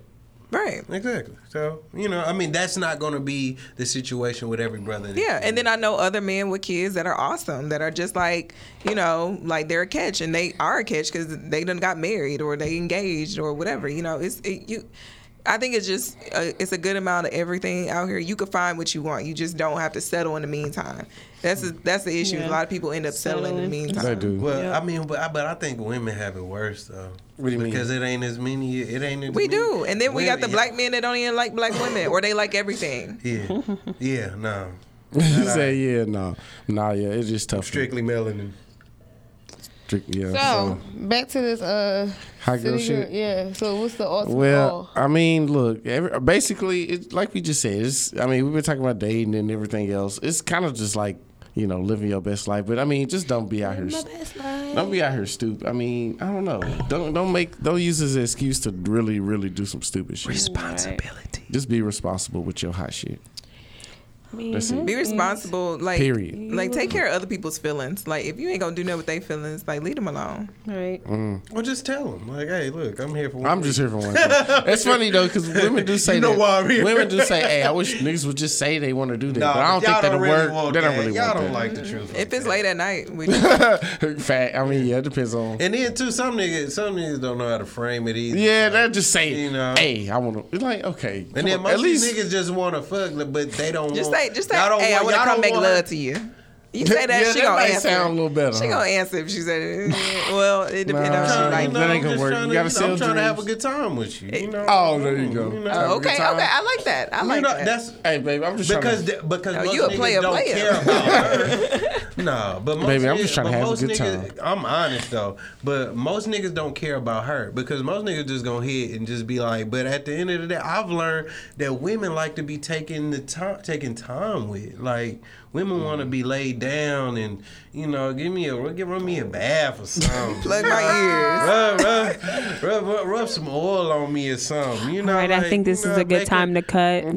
right?
Exactly. So you know, I mean, that's not going to be the situation with every brother. that-
Yeah, and then I know other men with kids that are awesome, that are just like, you know, like they're a catch, and they are a catch because they done got married or they engaged or whatever. You know, it's it, you. I think it's just a, it's a good amount of everything out here. You can find what you want. You just don't have to settle in the meantime. That's a, that's the issue.
Yeah.
A lot of people end up settling in the meantime.
They do.
Well, I mean, but I, but I think women have it worse though.
What do you mean?
Because it ain't as many. It ain't. As
We
many.
do, and then we got the
yeah.
black men that don't even like black women, or they like everything.
Yeah, yeah, no,
You say yeah, no, nah, yeah. It's just tough.
strictly melanin.
Strict- yeah.
So back to this uh
Hot girl
city girl-
shit?
Yeah. So what's the ultimate
Well,
goal?
I mean, look, every, basically, it's like we just said, it's, I mean, we've been talking about dating and everything else. It's kind of just like, you know, living your best life. But I mean, just don't be out here. Don't be out here stupid. I mean, I don't know. Don't don't make don't use this as an excuse to really really do some stupid shit.
Responsibility.
Just be responsible with your hot shit. That's it.
Be responsible, like
Period.
Like take care of other people's feelings. Like if you ain't gonna do nothing with their feelings, like leave them alone.
Right.
Well, just tell them like, hey, look, I'm here for. One
I'm just here for one. thing. It's funny though, because women do say
You know
that.
why I'm here.
Women do say, "Hey, I wish niggas would just say they want to do that."
Nah,
but I don't
y'all
think that'll
don't really
work.
want
They don't
that.
really
Y'all
want
don't
that.
like the truth.
If
like
it's
that.
late at night, we just
Fact. I mean, yeah, it depends on.
And then too, some niggas, some niggas don't know how to frame it either.
Yeah, they're just saying,
You know.
"Hey, I want to." It's like, okay, come
And then
on,
most of these niggas just want to fuck, but they don't.
Just say,
want,
just say,
y'all don't
hey, I want
want-
to
y'all
come
don't
make
want-
love to you. You say that,
Yeah,
she
that
gonna
might
answer.
sound a little better,
She
huh?
gonna answer if she said, eh, well, it depends
Nah. Nah,
on what she
you know,
like.
Uh, That ain't gonna
I'm just
work.
trying
You gotta
to,
sell
I'm trying to have a
dreams.
good time with you. you know?
Oh, there you go.
know.
Have a good
Okay, okay,
time.
I like that. I
You
like
know,
that.
that's
Hey, baby, I'm just
because
trying to.
th- because
No,
most
you a
niggas
player,
don't
player.
care about her. no, but most
Baby, I'm
niggas-
just trying to
but
have a
most
good
niggas- I'm honest though, but most niggas don't care about her because most niggas just gonna hit and just be like. But at the end of the day, I've learned that women like to be taking the time, taking time with. Like women want to be laid down and you know, give me a give me a bath or something.
Plug my ears.
Rub, rub, rub, rub, rub some oil on me or something. You know,
All right. I
like,
think this
you
is
know,
a good
make
time to
it-
cut.
Oh,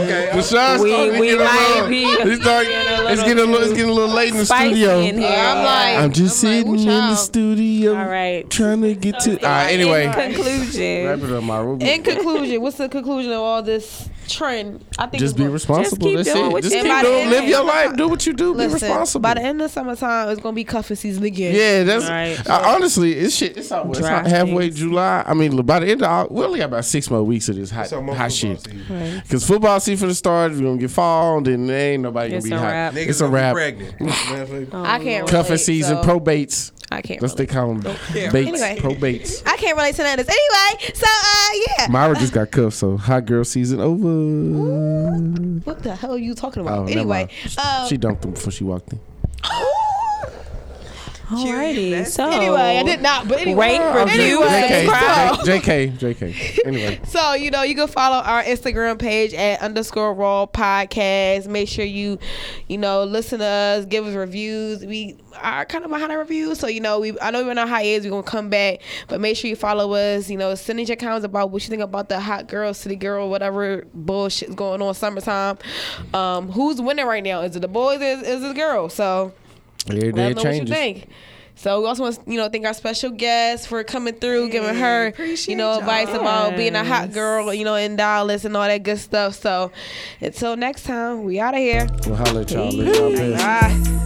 okay.
The shot's
We-
starting to
we
get a
might
little-
be
It's like
getting a
it's
little
getting a little
too
it's getting a little late in the
spicy
studio.
in here.
I'm like,
I'm just
I'm like,
sitting
"Ooh,
in the
child."
studio,
All right.
trying to get to. All right, anyway,
In
wrap
conclusion,
it up, my room.
In conclusion, what's the conclusion of all this trend? I think it's
Just be
gonna-
responsible.
keep
That's
doing
it.
what
Just
you-
keep
And by the
doing.
end-
Live your life. Do what you do. be
Listen,
responsible.
by the end of summertime, it's gonna be cuffing season again.
Yeah, that's
Right.
I, honestly it's shit. It's, almost, it's
Dry
not halfway
things.
July. I mean, by the end of Au- we only got about six more weeks of this hot,
It's almost
hot
football
shit.
season.
Because football season for the stars, we're gonna get fall, and then there ain't nobody
It's
gonna
a
be hot.
wrap.
Niggas
It's a
gonna be
wrap.
Pregnant.
I can't.
Cuffing
relate,
season,
so
probates.
I can't.
That's what they
relate.
call them. Bates,
Anyway.
probates.
I can't relate to none of this. Anyway, so uh, yeah.
Myra just got cuffed, so hot girl season over.
What the hell are you talking
Oh,
about?
never
anyway,
mind. She-
uh,
she dumped him before she walked in.
Alrighty. So
anyway, I did not. But anyway,
Rate, review,
Anyway.
subscribe.
JK, JK, JK. Anyway,
So you know you can follow our Instagram page at underscore raw podcast. Make sure you, you know, listen to us, give us reviews. We are kind of behind our reviews, so you know we. I know we're on hiatus. We're gonna come back, but make sure you follow us. You know, send in your comments about what you think about the hot girl, city girl, whatever bullshit's going on summertime. Um, who's winning right now? Is it the boys? Or is is it the girls? So
every day
let
it
us know what you
changes.
think. So we also want to, you know, thank our special guest for coming through, giving her, you
appreciate
know,
y'all.
advice about being a hot
Yes.
girl, you know, in Dallas and all that good stuff. So until next time, we out of here.
We'll holler at y'all. Live y'all best.
Bye.